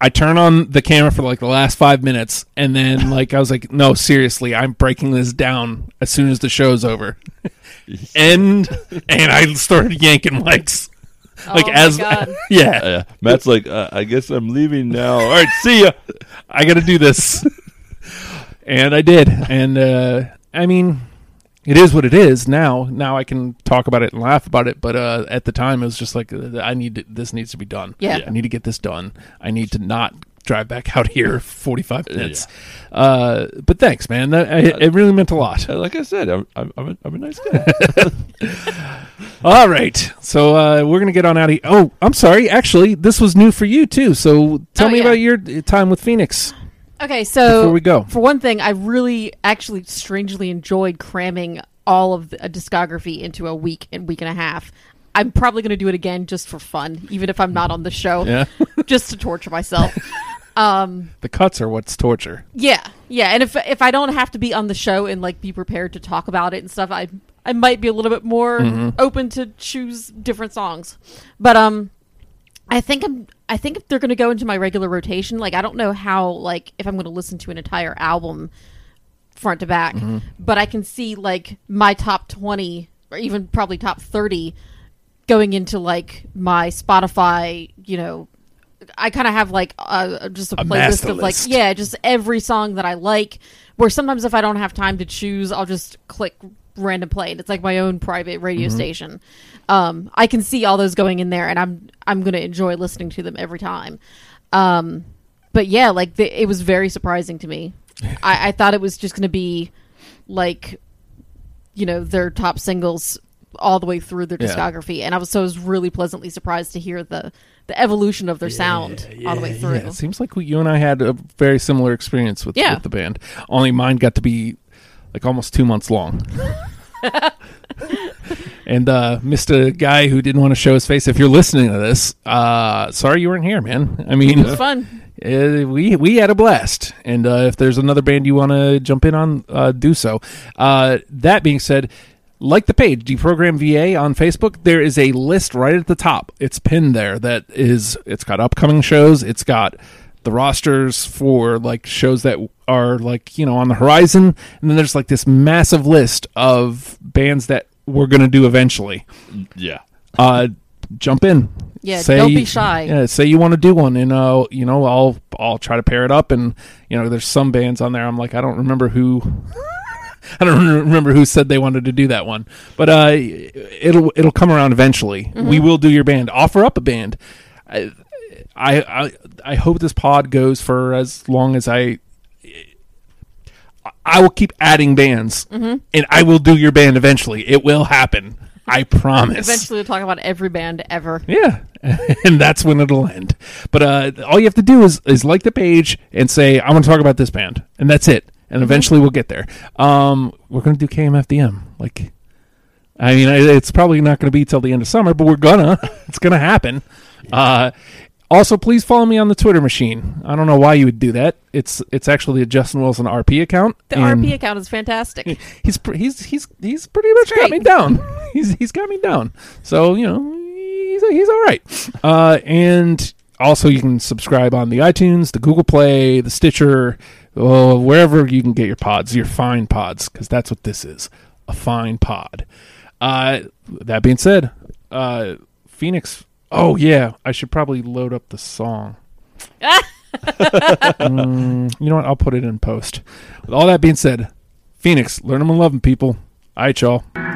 S1: I turn on the camera for like the last five minutes, and then like I was like, no, seriously, I'm breaking this down as soon as the show's over.
S2: (laughs)
S1: and and I started yanking mics. Like
S2: Oh my
S1: as
S2: God.
S1: (laughs) yeah,
S3: Yeah. Matt's like, uh, I guess I'm leaving now. All right, see ya.
S1: I got to do this. and I did. And uh, I mean, it is what it is now. Now I can talk about it and laugh about it. But uh, at the time, it was just like, uh, I need to, this needs to be done.
S2: Yeah. Yeah.
S1: I need to get this done. I need to not drive back out here (laughs) 45 minutes. Uh, but thanks, man. That, I, it really meant a lot.
S3: Uh, Like I said, I'm, I'm, I'm, a, I'm a nice guy.
S1: All right. So uh, we're going to get on out of here. Oh, I'm sorry. Actually, this was new for you, too. So tell
S2: Oh,
S1: me
S2: yeah.
S1: about your uh, time with Phoenix.
S2: (laughs) Okay, so
S1: Before we go.
S2: for one thing, I really actually strangely enjoyed cramming all of the, a discography into a week and week and a half. I'm probably going to do it again just for fun, even if I'm not on the show,
S1: Yeah.
S2: (laughs) just to torture myself. um,
S1: (laughs) The cuts are what's torture.
S2: (laughs) yeah, yeah, and if if I don't have to be on the show and like be prepared to talk about it and stuff, I I might be a little bit more open to choose different songs. But um, I think I'm. I think if they're going to go into my regular rotation, like I don't know how, like if I'm going to listen to an entire album front to back, but I can see like my top twenty or even probably top thirty going into like my Spotify. You know, I kind of have like a, just a, playlist
S1: master
S2: of like
S1: list.
S2: yeah, just every song that I like. Where sometimes if I don't have time to choose, I'll just click random play, and it's like my own private
S1: Mm-hmm.
S2: radio station um, I can see all those going in there, and I'm I'm gonna enjoy listening to them every time. Um, but yeah, like the, it was very surprising to
S1: (laughs)
S2: me. I, I thought it was just gonna be like, you know, their top singles all the way through their
S1: Yeah.
S2: discography, and I was so I was really pleasantly surprised to hear the the evolution of their sound all the way through.
S1: Yeah, it seems like we, you and I had a very similar experience with,
S2: Yeah.
S1: with the band. Only mine got to be like almost two months
S2: (laughs)
S1: long. and uh, missed a guy who didn't want to show his face. If you're listening to this, uh, sorry (laughs) you weren't here, man. I mean,
S2: It was fun.
S1: uh, we we had a blast, and uh, if there's another band you want to jump in on, uh, do so. Uh, that being said, like the page Deprogram VA on Facebook, there is a list right at the top. It's pinned there. That is, it's got upcoming shows. It's got the rosters for like shows that are like you know on the horizon, and then there's like this massive list of bands that we're gonna do eventually
S3: yeah.
S1: uh, jump in.
S2: Yeah, don't be shy.
S1: Yeah, say you want to do one, and uh, you know, I'll I'll try to pair it up, and you know, there's some bands on there. I'm like, I don't remember who. (laughs) I don't remember who said they wanted to do that one, but uh, it'll it'll come around eventually.
S2: Mm-hmm.
S1: We will do your band. Offer up a band. I, I I I hope this pod goes for as long as I. I will keep adding bands,
S2: Mm-hmm.
S1: and I will do your band eventually. It will happen.
S2: (laughs)
S1: I promise.
S2: Eventually, we'll talk about every band ever.
S1: Yeah, (laughs) and that's when it'll end. But uh, all you have to do is is like the page and say I want to talk about this band, and that's it. And eventually we'll get there. Um, we're gonna do KMFDM. Like, I mean, I- it's probably not gonna be till the end of summer, but we're gonna. (laughs) It's gonna happen. Uh, also, please follow me on the Twitter machine. I don't know why you would do that. It's it's actually a Justin Wilson RP account.
S2: The
S1: and-
S2: RP account is fantastic.
S1: he's pr- he's he's he's pretty much got me
S2: great.
S1: down. (laughs) He's he's got me down. So you know he's he's all right. Uh, and also you can subscribe on the iTunes, the Google Play, the Stitcher, oh, wherever you can get your pods, your fine pods, because that's what this is, a fine pod. Uh, that being said, uh, Phoenix. Oh yeah, I should probably load up the song. Mm, You know what? I'll put it in post. With all that being said, Phoenix, learn them and love them, people. All right, y'all.